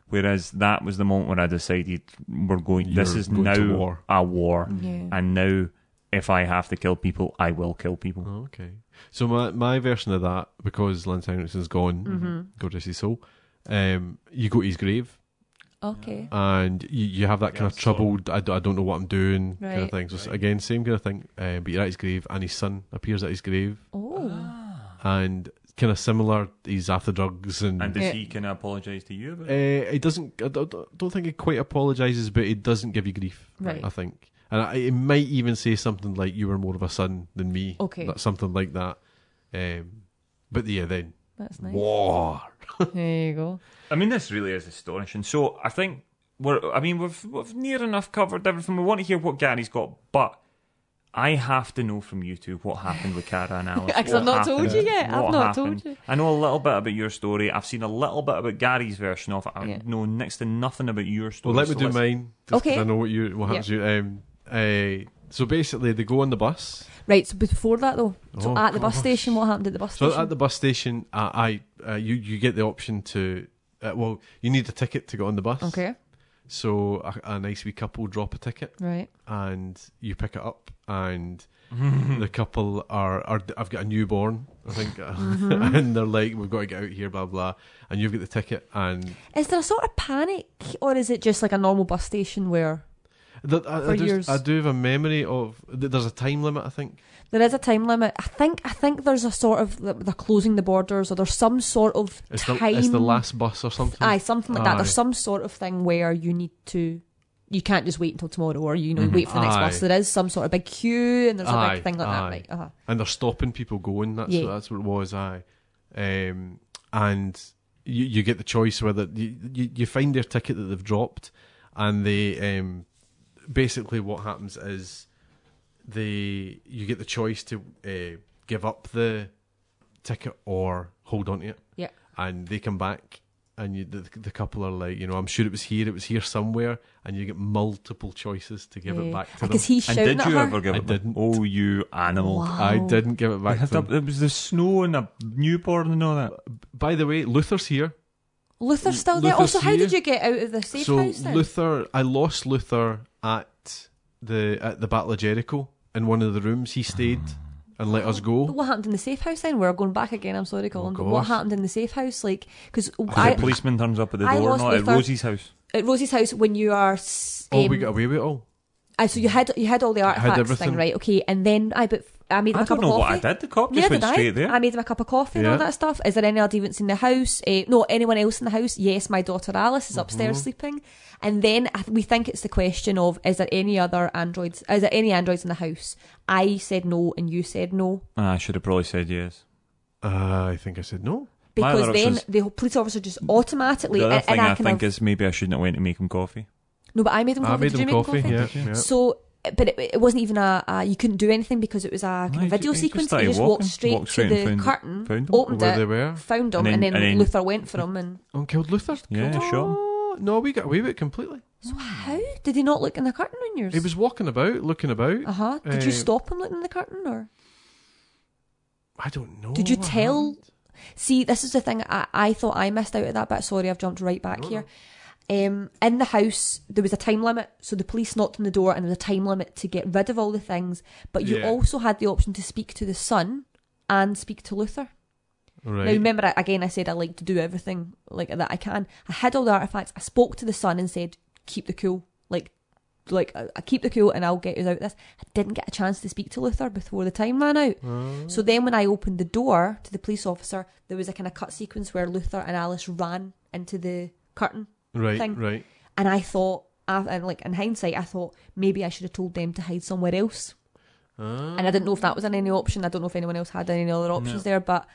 Whereas that was the moment when I decided we're going. this
You're
is
going
now
to war.
a war,
Yeah.
and now if I have to kill people, I will kill people.
Mm.
Mm-hmm.
Mm-hmm.
okay. So my my version of that because Lance Henriksen's gone, God rest his soul. Um, you go to his grave
Okay.
and you, you have that kind of
Yeah, so-
troubled, I, d- I don't know what I'm doing kind of
Right.
thing. So, it's again, same kind of thing. Uh, but you're at his grave and his son appears at his grave
Oh.
and kind of similar, he's after drugs and.
And does
Yeah.
he kind of apologise to you? About it?
uh, he doesn't. I don't, I don't think he quite apologizes, but he doesn't give you grief.
Right.
I think, and I, he might even say something like, "You were more of a son than me."
Okay.
That- something like that. Um, but yeah, then
That's nice.
war.
There you go.
I mean, this really is astonishing. So I think we're. I mean, we've we've near enough covered everything. We want to hear what Gary's got, but I have to know from you two what happened with Cara and Alice.
Because
What
I've not told
happened?
you yet. I've
What
not
happened?
told you.
I know a little bit about your story. I've seen a little bit about Gary's version of it. I
Yeah.
know next to nothing about your story.
Well, let me
so
do
let's-
mine. Just 'cause
Okay.
I know what you what happens to you. Um, uh, so basically, they go on the bus.
Right, so before that though, so
Oh,
at the bus
gosh.
station, what happened at the bus
So
station?
at the bus station, uh, I uh, you you get the option to. Uh, well, you need a ticket to get on the bus.
okay,
So a, a nice wee couple drop a ticket.
right.
and you pick it up and the couple are, are I've got a newborn I think uh,
Mm-hmm.
and they're like we've got to get out here blah blah and you've got the ticket and
Is there a sort of panic, or is it just like a normal bus station where
th- I,
For
I, do,
years.
I do have a memory of th- there's a time limit I think
there is a time limit? I think I think there's a sort of they're closing the borders, or there's some sort of
it's the,
time.
it's the last bus or something
Aye, something like that.
Aye.
There's some sort of thing where you need to. You can't just wait until tomorrow, or you know, wait for the next
Mm-hmm. Aye.
bus. There is some sort of big queue, and there's a
Aye,
big thing like
aye.
that, right? Uh-huh.
and they're stopping people going that's
Yeah.
what, that's what it was I um, and you, you get the choice whether you, you, you find their ticket that they've dropped and they um, basically what happens is they you get the choice to uh, give up the ticket or hold on to it.
Yeah.
And they come back, and you, the, the couple are like, you know, I'm sure it was here, it was here somewhere, and you get multiple choices to give it
Yeah.
back to them.
Because he's
And
shouting
did
at
you
her.
ever give
I
it? back?
didn't.
Oh, you animal!
Wow.
I didn't give it
I
back to
had
them.
a- it was the snow and a newborn and all that.
By the way, Luther's here.
Luther's still there.
Luther's
Also, how did
here.
you get out of the safe
so
house then?
Luther, I lost Luther at the at the Battle of Jericho in one of the rooms. He stayed and let us
But
go. Oh,
what happened in the safe house then? We're going back again. I'm sorry, Colin. but what
gosh.
happened in the safe house? Like, because
the policeman turns up at the
I
door,
lost
not at
Luther.
Rosie's house.
at Rosie's house when you are. s-
Oh,
um,
we got away with it all.
aye, Oh, so you had you had all the artifacts
everything.
thing, right? Okay, and then I but I made him
I
a cup
don't
of
know
coffee.
what I did. The cop
Yeah,
just went
did I?
straight there.
I made him a cup of coffee and
Yeah.
all that stuff. Is there any other events in the house? Uh, no, anyone else in the house? Yes, my daughter Alice is upstairs
Mm-hmm.
sleeping. And then I th- we think it's the question of is there any other androids? Is there any androids in the house? I said no, and you said no.
Ah, I should have probably said yes.
Uh, I think I said no.
My
Because
other
then
option
the whole police officer just automatically
the other
and-
thing
and I,
I
kind
think
of,
is maybe I shouldn't have went to make him coffee.
no, but I made him coffee.
I made
Did
them
you make
coffee.
him
Yeah,
Did you?
yeah.
So, but it, it wasn't even a, a you couldn't do anything because it was a kind
No, you
of video
ju- you just
sequence.
started
you just
walking,
walked straight
walked straight
to
and
the
found-
curtain,
found 'em.
opened
Where
it,
they were
found him,
And
and
then-
then,
and then-
Luther went for him. And
and killed Luther.
Yeah, sure.
Oh, no, we got away with it completely.
so, how did he not look in the curtain on yours?
He was walking about, looking about.
Uh huh. Did you
Uh,
stop him looking in the curtain, or
I don't know.
Did you
what
tell-
happened.
see? This is the thing. I, I thought I missed out at that bit. Sorry, I've jumped right back here. Um, in the house, there was a time limit, so the police knocked on the door, and there was a time limit to get rid of all the things. But you
Yeah.
also had the option to speak to the son and speak to Luther. Now
Right.
remember, I- again, I said I like to do everything like that I can. I had all the artifacts. I spoke to the son and said, "Keep the cool, like, like I I keep the cool, and I'll get you out of this." I didn't get a chance to speak to Luther before the time ran out.
Uh,
So then, when I opened the door to the police officer, there was a kind of cut sequence where Luther and Alice ran into the curtain,
right.
thing.
Right.
and I thought, I- and like in hindsight, I thought maybe I should have told them to hide somewhere else.
Ah.
And I didn't know if that was an any option. I don't know if anyone else had any other options there, but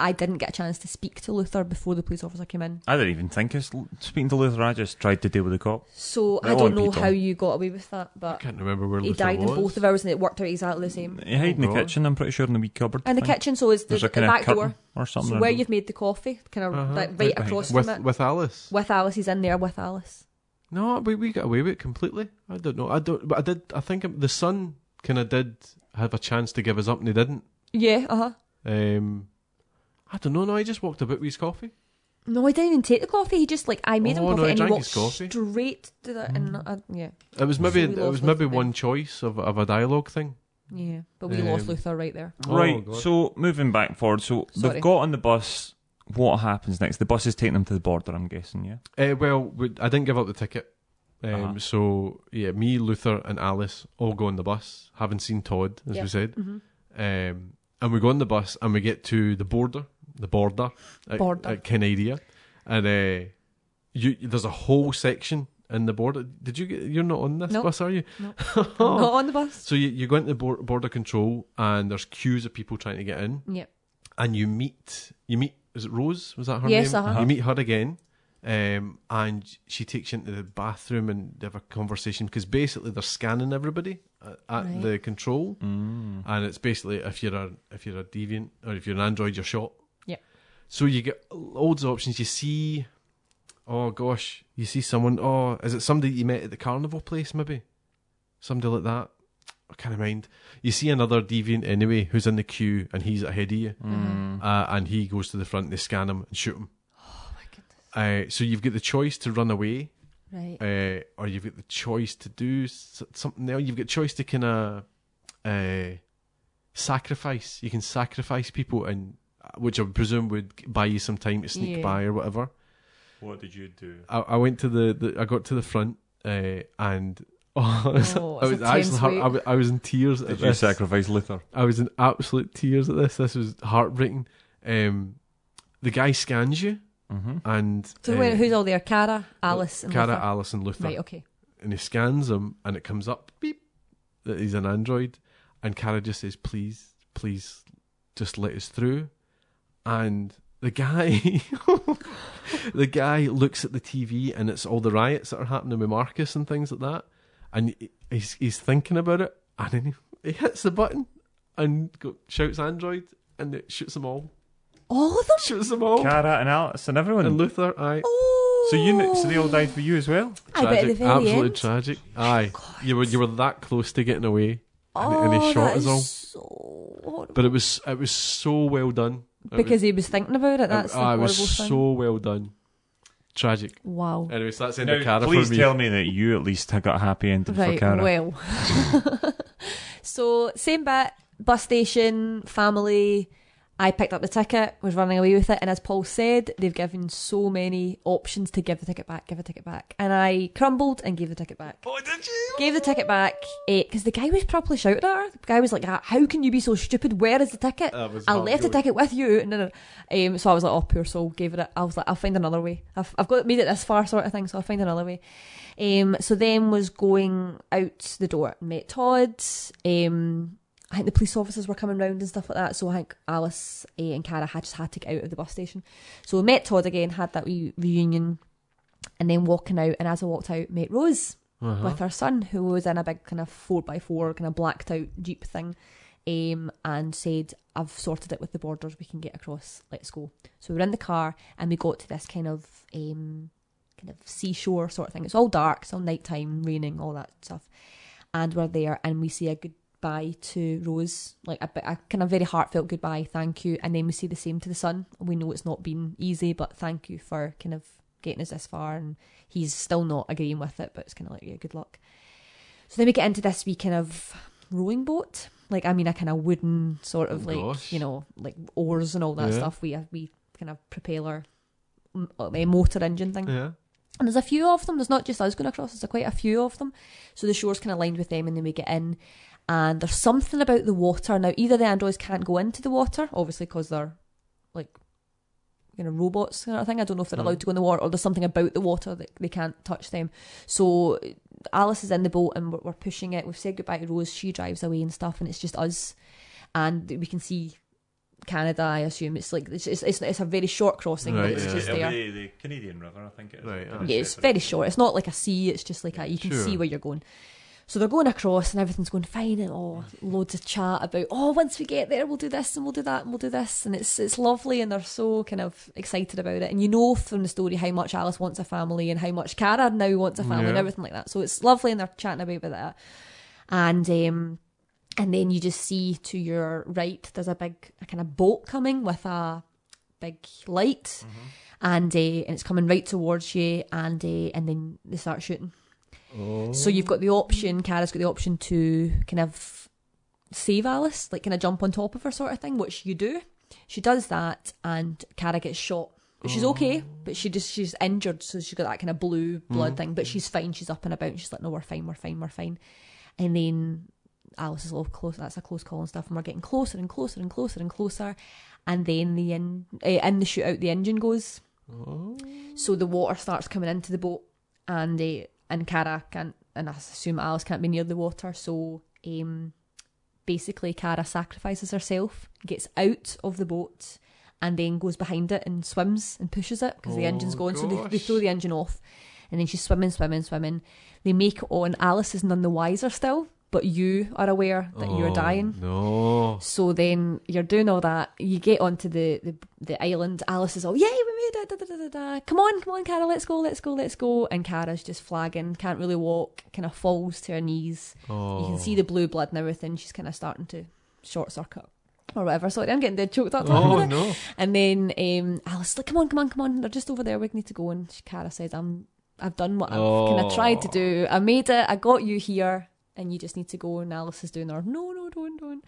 I didn't get a chance to speak to Luther before the police officer came in.
I didn't even think of l- speaking to Luther. I just tried to deal with the cop.
So
That
I don't
won't
know
be done.
how you got away with that,
I
but
can't remember where
he
Luther
died in
was.
both of ours and it worked out exactly the same.
He hid in
Oh,
the
God.
kitchen. I'm pretty sure in the wee cupboard.
And the
thing.
kitchen, so is the,
There's a
the
kind of
back
curtain
door.
or something.
So
I
where
don't-
you've made the coffee, kind of
Uh-huh.
like, right,
Right behind
across
with
from it.
with Alice.
With Alice, he's in there with Alice.
No, we we got away with it completely. I don't know. I don't. But I did. I think the son kind of did have a chance to give us up, and he didn't.
Yeah, uh
uh-huh.
huh.
Um, I don't know. No, he just walked about with his coffee.
No, I didn't even take the coffee. He just like I made him
Oh, no,
coffee
he
and he
drank
walked
his coffee. Mm-hmm.
straight to the and uh, yeah,
It was maybe
So we
it was
lost
maybe
Luther.
one choice of of a dialogue thing.
yeah. But we lost
Um,
Luther right there.
Right.
Oh, God.
so moving back forward. So
Sorry.
they've got on the bus. what happens next? The bus is taking them to the border, I'm guessing, yeah?
Uh, well, we, I didn't give up the ticket. Um,
Uh-huh.
So, yeah, me, Luther, and Alice all go on the bus. Haven't seen Todd, as
Yeah.
we said.
hmm
Um, and we go on the bus and we get to the border, the border at,
Border.
at Canada. And uh, you, there's a whole section in the border. Did you get, you're not on this
Nope.
bus, are you?
Nope. Not on the bus.
So you, you go into the bor- border control and there's queues of people trying to get in.
Yep.
and you meet you meet is it Rose? Was that her
Yes,
name?
uh-huh.
You meet her again, um, and she takes you into the bathroom and they have a conversation because basically they're scanning everybody at, at
Right.
the control,
Mm.
and it's basically if you're a if you're a deviant or if you're an android, you're shot.
Yep.
So you get loads of options. You see, oh gosh, you see someone. Oh, is it somebody you met at the carnival place? Maybe somebody like that. I kind of mind. You see another deviant anyway who's in the queue and he's ahead of you
Mm-hmm.
Mm.
uh, and he goes to the front. They scan him and shoot him.
Oh my goodness.
Uh, so you've got the choice to run away,
Right.
uh, or you've got the choice to do s- something else. You've got choice to kind of uh, sacrifice. You can sacrifice people, and uh, which I presume would buy you some time to sneak
Yeah.
by or whatever.
What did you do?
I, I went to the, the I got to the front uh, and. Oh,
Oh,
I
it's
was
a
actually
tense
har-
wait.
I, was, I was in tears. at
Did you
this.
sacrifice Luther?
I was in absolute tears at this. This was heartbreaking. Um, the guy scans you,
Mm-hmm.
and
So
uh,
wait, who's all there? Cara, Alice, and
Cara,
Luther.
Alice, and Luther,
Right. Okay.
and he scans him, and it comes up beep that he's an android, and Cara just says, "Please, please, just let us through," and the guy, the guy looks at the TV, and it's all the riots that are happening with Marcus and things like that, and he- he's he's thinking about it, and then he, he hits the button and go, shouts android, and it shoots them all,
All of them.
shoots them all,
Cara and Alice and everyone.
and Luther, I.
Oh.
so you, kn- so they all died for you as well.
I bet at the very
absolutely
end.
tragic. Aye, you were you were that close to getting away, and, and he
Oh,
shot
that
us
is
all.
So horrible.
But it was it was so well done. It was-
because he was thinking about it. That's
it,
the
aye, it
horrible
was
thing.
so well done. Tragic.
wow.
Anyway, so that's the end of
Now,
Cara
please
for me.
tell me that you at least got a happy ending for
Right.
Cara.
Well. so same bit. Bus station. Family. I picked up the ticket, was running away with it, and as Paul said, they've given so many options to give the ticket back, give the ticket back. And I crumbled and gave the ticket back.
oh, did you?
Gave the ticket back because the guy was properly shouted at her. The guy was like, "Ah, "How can you be so stupid? Where is the ticket?
That was
I left the
heartbroken.
ticket with you." And then, um, so I was like, "Oh, poor soul." Gave it. A, I was like, "I'll find another way. I've, I've got made it this far, sort of thing. So I'll find another way." Um, so then was going out the door, met Todd. Um, I think the police officers were coming round and stuff like that. So I think Alice eh, and Cara had just had to get out of the bus station. So we met Todd again, had that wee reunion, and then walking out. And as I walked out, met Rose
Uh-huh.
with her son, who was in a big kind of four by four kind of blacked out jeep thing, um, and said, "I've sorted it with the borders. We can get across. Let's go." So we were in the car, and we got to this kind of um, kind of seashore sort of thing. It's all dark, it's all nighttime, raining, all that stuff, and we're there, and we see a goodbye to Rose, like a, bit- a kind of very heartfelt goodbye, thank you, and then we see the same to the son. We know it's not been easy, but thank you for kind of getting us this far, and he's still not agreeing with it, but it's kind of like, yeah, good luck. So then we get into this wee kind of rowing boat. Like, I mean, a kind of wooden sort of
Oh,
like,
gosh.
you know, like oars and all that
Yeah.
stuff. We have we kind of propeller, m- uh, motor engine thing.
Yeah.
And there's a few of them. There's not just us going across. There's quite a few of them. So the shore's kind of lined with them, and then we get in. And there's something about the water. Now, either the androids can't go into the water, obviously, because they're like, you know, robots kind of thing. I don't know if they're
Mm.
allowed to go in the water, or there's something about the water that they can't touch them. So Alice is in the boat, and we're, we're pushing it. We've said goodbye to Rose. She drives away and stuff, and it's just us. And we can see Canada. I assume it's like it's it's, it's, it's a very short crossing. but
Right,
it's
yeah.
just there.
the Canadian river, I think it
is. Right, uh.
Yeah, it's very short. It's not like a sea. It's just like a, you can
Sure.
see where you're going. So they're going across and everything's going fine and oh, loads of chat about oh, once we get there, we'll do this and we'll do that and we'll do this and it's it's lovely and they're so kind of excited about it and you know from the story how much Alice wants a family and how much Cara now wants a family and
Yeah.
everything like that. So it's lovely and they're chatting about that and um and then you just see to your right there's a big a kind of boat coming with a big light and uh, and it's coming right towards you and uh, and then they start shooting
Oh.
so you've got the option Cara's got the option to kind of save Alice like kind of jump on top of her sort of thing which you do She does that, and Cara gets shot. But she's okay, but she just she's injured, so she's got that kind of blue blood thing. But she's fine. She's up and about. And she's like, no, we're fine. We're fine. We're fine. And then Alice is a little close. That's a close call and stuff. And we're getting closer and closer and closer and closer. And then the in uh, in the shootout, the engine goes. So the water starts coming into the boat, and uh, and Cara can't, and I assume Alice can't be near the water. So um, basically, Cara sacrifices herself, gets out of the boat, and then goes behind it and swims and pushes it because the
Oh,
engine's gone. So they, they
gosh.
throw the engine off, and then she's swimming, swimming, swimming. They make it on. Alice is none the wiser still, but you are aware that you're
Oh,
dying.
No.
So then you're doing all that. You get onto the the, the island. Alice is all, "Yay, we made it! Da, da, da, da, da. Come on, come on, Cara, let's go, let's go, let's go." And Cara's just flagging, can't really walk, kind of falls to her knees. You
Oh.
can see the blue blood and everything. She's kind of starting to short circuit or whatever. So I'm getting dead choked up. talking about
Oh
it.
no.
And then um, Alice is like, "Come on, come on, come on! They're just over there. We need to go." And she- Cara says, "I'm, I've done what I've kind
Oh.
of tried to do. I made it. I got you here, and you just need to go." And Alice is doing her, "No, no, don't, don't."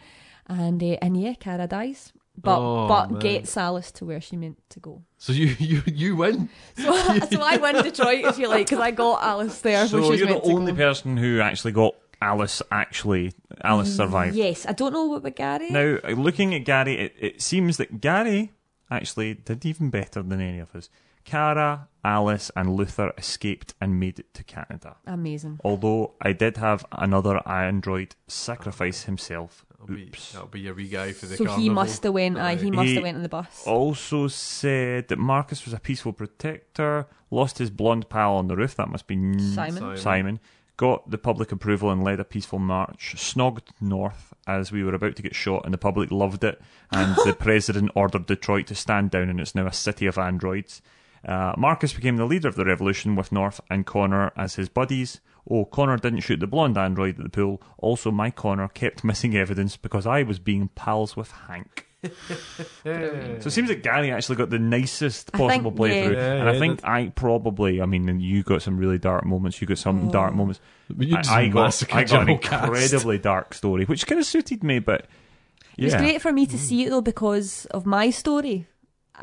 And uh, and yeah, Cara dies, but
Oh,
but
man.
gets Alice to where she meant to go.
So you you you win.
So, so I win Detroit if you like, because I got Alice there.
So
where
you're
she was
the
meant to
only
go.
person who actually got Alice. Actually, Alice survived.
Yes, I don't know about Gary.
Now, uh, looking at Gary, it, it seems that Gary actually did even better than any of us. Cara, Alice, and Luther escaped and made it to Canada.
Amazing.
Although I did have another android sacrifice himself.
That'll be,
Oops.
that'll be your wee guy for the
So he
carnival.
must have went. Aye, he
Aye.
must
He- Oh,
have went on the bus.
Also said that Marcus was a peaceful protector, lost his blonde pal on the roof, that must be n-
Simon.
Simon.
Simon, got the public approval and led a peaceful march, snogged north as we were about to get shot, and the public loved it. And the president ordered Detroit to stand down, and it's now a city of androids. Uh, Marcus became the leader of the revolution with North and Connor as his buddies. Oh, Connor didn't shoot the blonde android at the pool. Also, my Connor kept missing evidence because I was being pals with Hank. So it seems that Gary actually got the nicest
I
possible
think-
playthrough,
yeah. Yeah,
and I
yeah,
think I probably, I mean, and you got some really dark moments. You got some
Mm.
dark moments.
But you
I-
just
I, got,
massacred
I got an
your whole
incredibly dark story, which kind of suited me, but yeah,
It was great for me to see it though because of my story.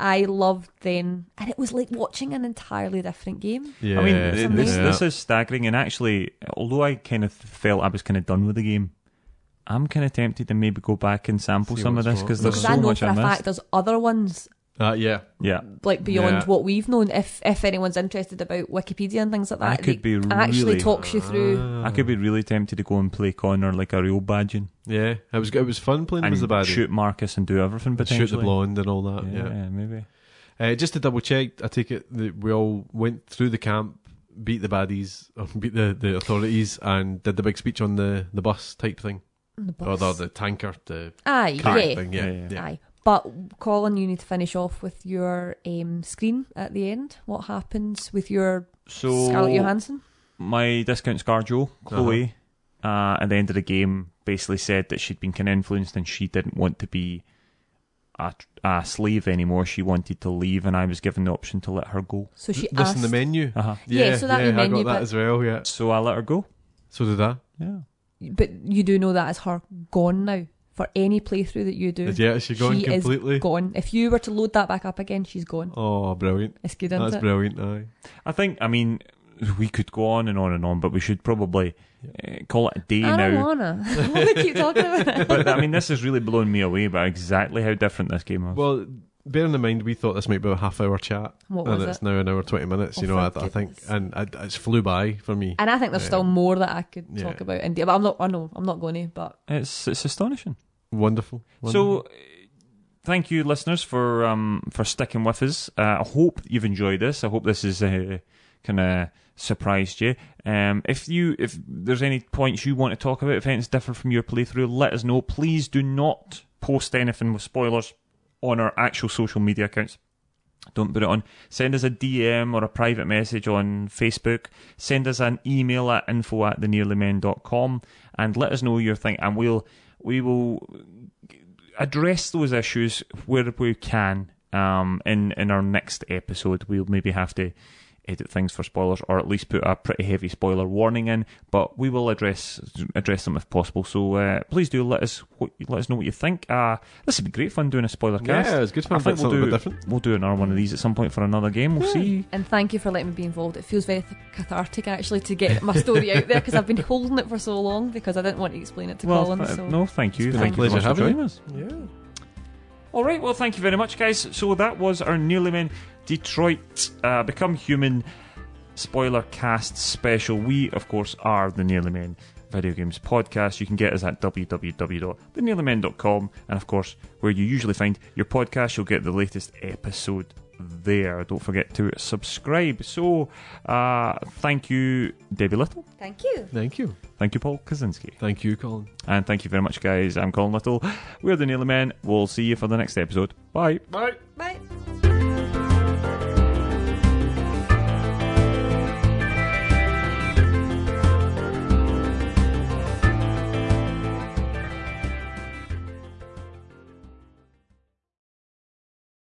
I loved then, and it was like watching an entirely different game.
Yeah,
I mean,
it-
something.
this
yeah.
this is staggering, and actually, although I kind of felt I was kind of done with the game, I'm kind of tempted to maybe go back and sample
See
some of this
what's what.
because there's
Because
so
I know
much
for
I
a
missed.
fact there's other ones
Uh, yeah.
yeah,
like beyond
Yeah.
what we've known. If if anyone's interested about Wikipedia and things like that,
I could
they
be really-
actually talks you through.
I could be really tempted to go and play Connor like a real badgin
Yeah, it was it was fun playing
and
with the baddie.
shoot Marcus and do everything potentially.
Shoot the blonde and all that.
yeah,
Yeah.
yeah, maybe.
Uh, just to double check, I take it that we all went through the camp, beat the baddies, or beat the, the authorities, and did the big speech on the, the bus type thing,
The
Oh,
or
bus.
the, the tanker, the
aye,
car
yeah,
thing. Yeah,
Yeah, yeah.
yeah.
aye. But Colin, you need to finish off with your um, screen at the end. What happens with your
So
Scarlett Johansson?
my discount scar Joe, Chloe, uh at the end of the game, basically said that she'd been kind of influenced and she didn't want to be a, a slave anymore. She wanted to leave, and I was given the option to let her go.
So she
Listen
asked.
the menu.
Uh-huh.
Yeah, so that
yeah,
the
I
menu,
got that
but-
as well. Yeah,
So I let her go.
so did I.
Yeah.
but you do know that is her gone now for any playthrough that you do.
Yeah, she gone
She is
completely.
Gone. If you were to load that back up again, she's gone.
oh, brilliant!
It's good, isn't
That's
it?
brilliant. Aye.
I think. I mean, we could go on and on and on, but we should probably uh, call it a day
I
now.
don't wanna. I wanna keep talking about it.
but I mean, this has really blown me away about exactly how different this game was.
Well, bearing in mind we thought this might be a half hour chat,
What
and
was
it's
it?
now an hour twenty minutes.
Oh,
you know,
for
I, I think,
goodness.
and I, it's flew by for me.
And I think there's
Yeah.
still more that I could
Yeah.
talk about. And but I'm not. I know I'm not going to. But
it's it's astonishing.
Wonderful.
So, uh, thank you, listeners, for um, for sticking with us. Uh, I hope you've enjoyed this. I hope this is uh, kind of surprised you. Um, if you if there's any points you want to talk about, if anything's different from your playthrough, let us know. Please do not post anything with spoilers on our actual social media accounts. Don't put it on. Send us a DM or a private message on Facebook. Send us an email at info at thenearlymen.com and let us know your thing. And we'll we will address those issues where we can um, in in our next episode. We'll maybe have to edit things for spoilers, or at least put a pretty heavy spoiler warning in. But we will address address them if possible. So uh, please do let us what, let us know what you think. Uh, this would be great fun doing a spoiler cast.
Yeah, it's good fun.
I think
That's
we'll
something a
do
bit different.
We'll do another one of these at some point for another game. We'll see.
And thank you for letting me be involved. It feels very th- cathartic actually to get my story out there because I've been holding it for so long because I didn't want to explain it to
well,
Colin.
th-
so.
no, thank you.
been a
Thank you very
pleasure
much for
having you.
joining us. All right. Well, thank you very much, guys. So that was our Nearly Men Detroit uh, Become Human spoiler cast special. We, of course, are the Nearly Men Video Games Podcast. You can get us at www.thenearlymen.com. And, of course, where you usually find your podcast, you'll get the latest episode there. Don't forget to subscribe. So uh, thank you, Debbie Little.
Thank you.
Thank you.
Thank you, Paul Kaczynski.
Thank you, Colin.
And thank you very much, guys. I'm Colin Little. We're the Nearly Men. We'll see you for the next episode. Bye.
Bye.
Bye.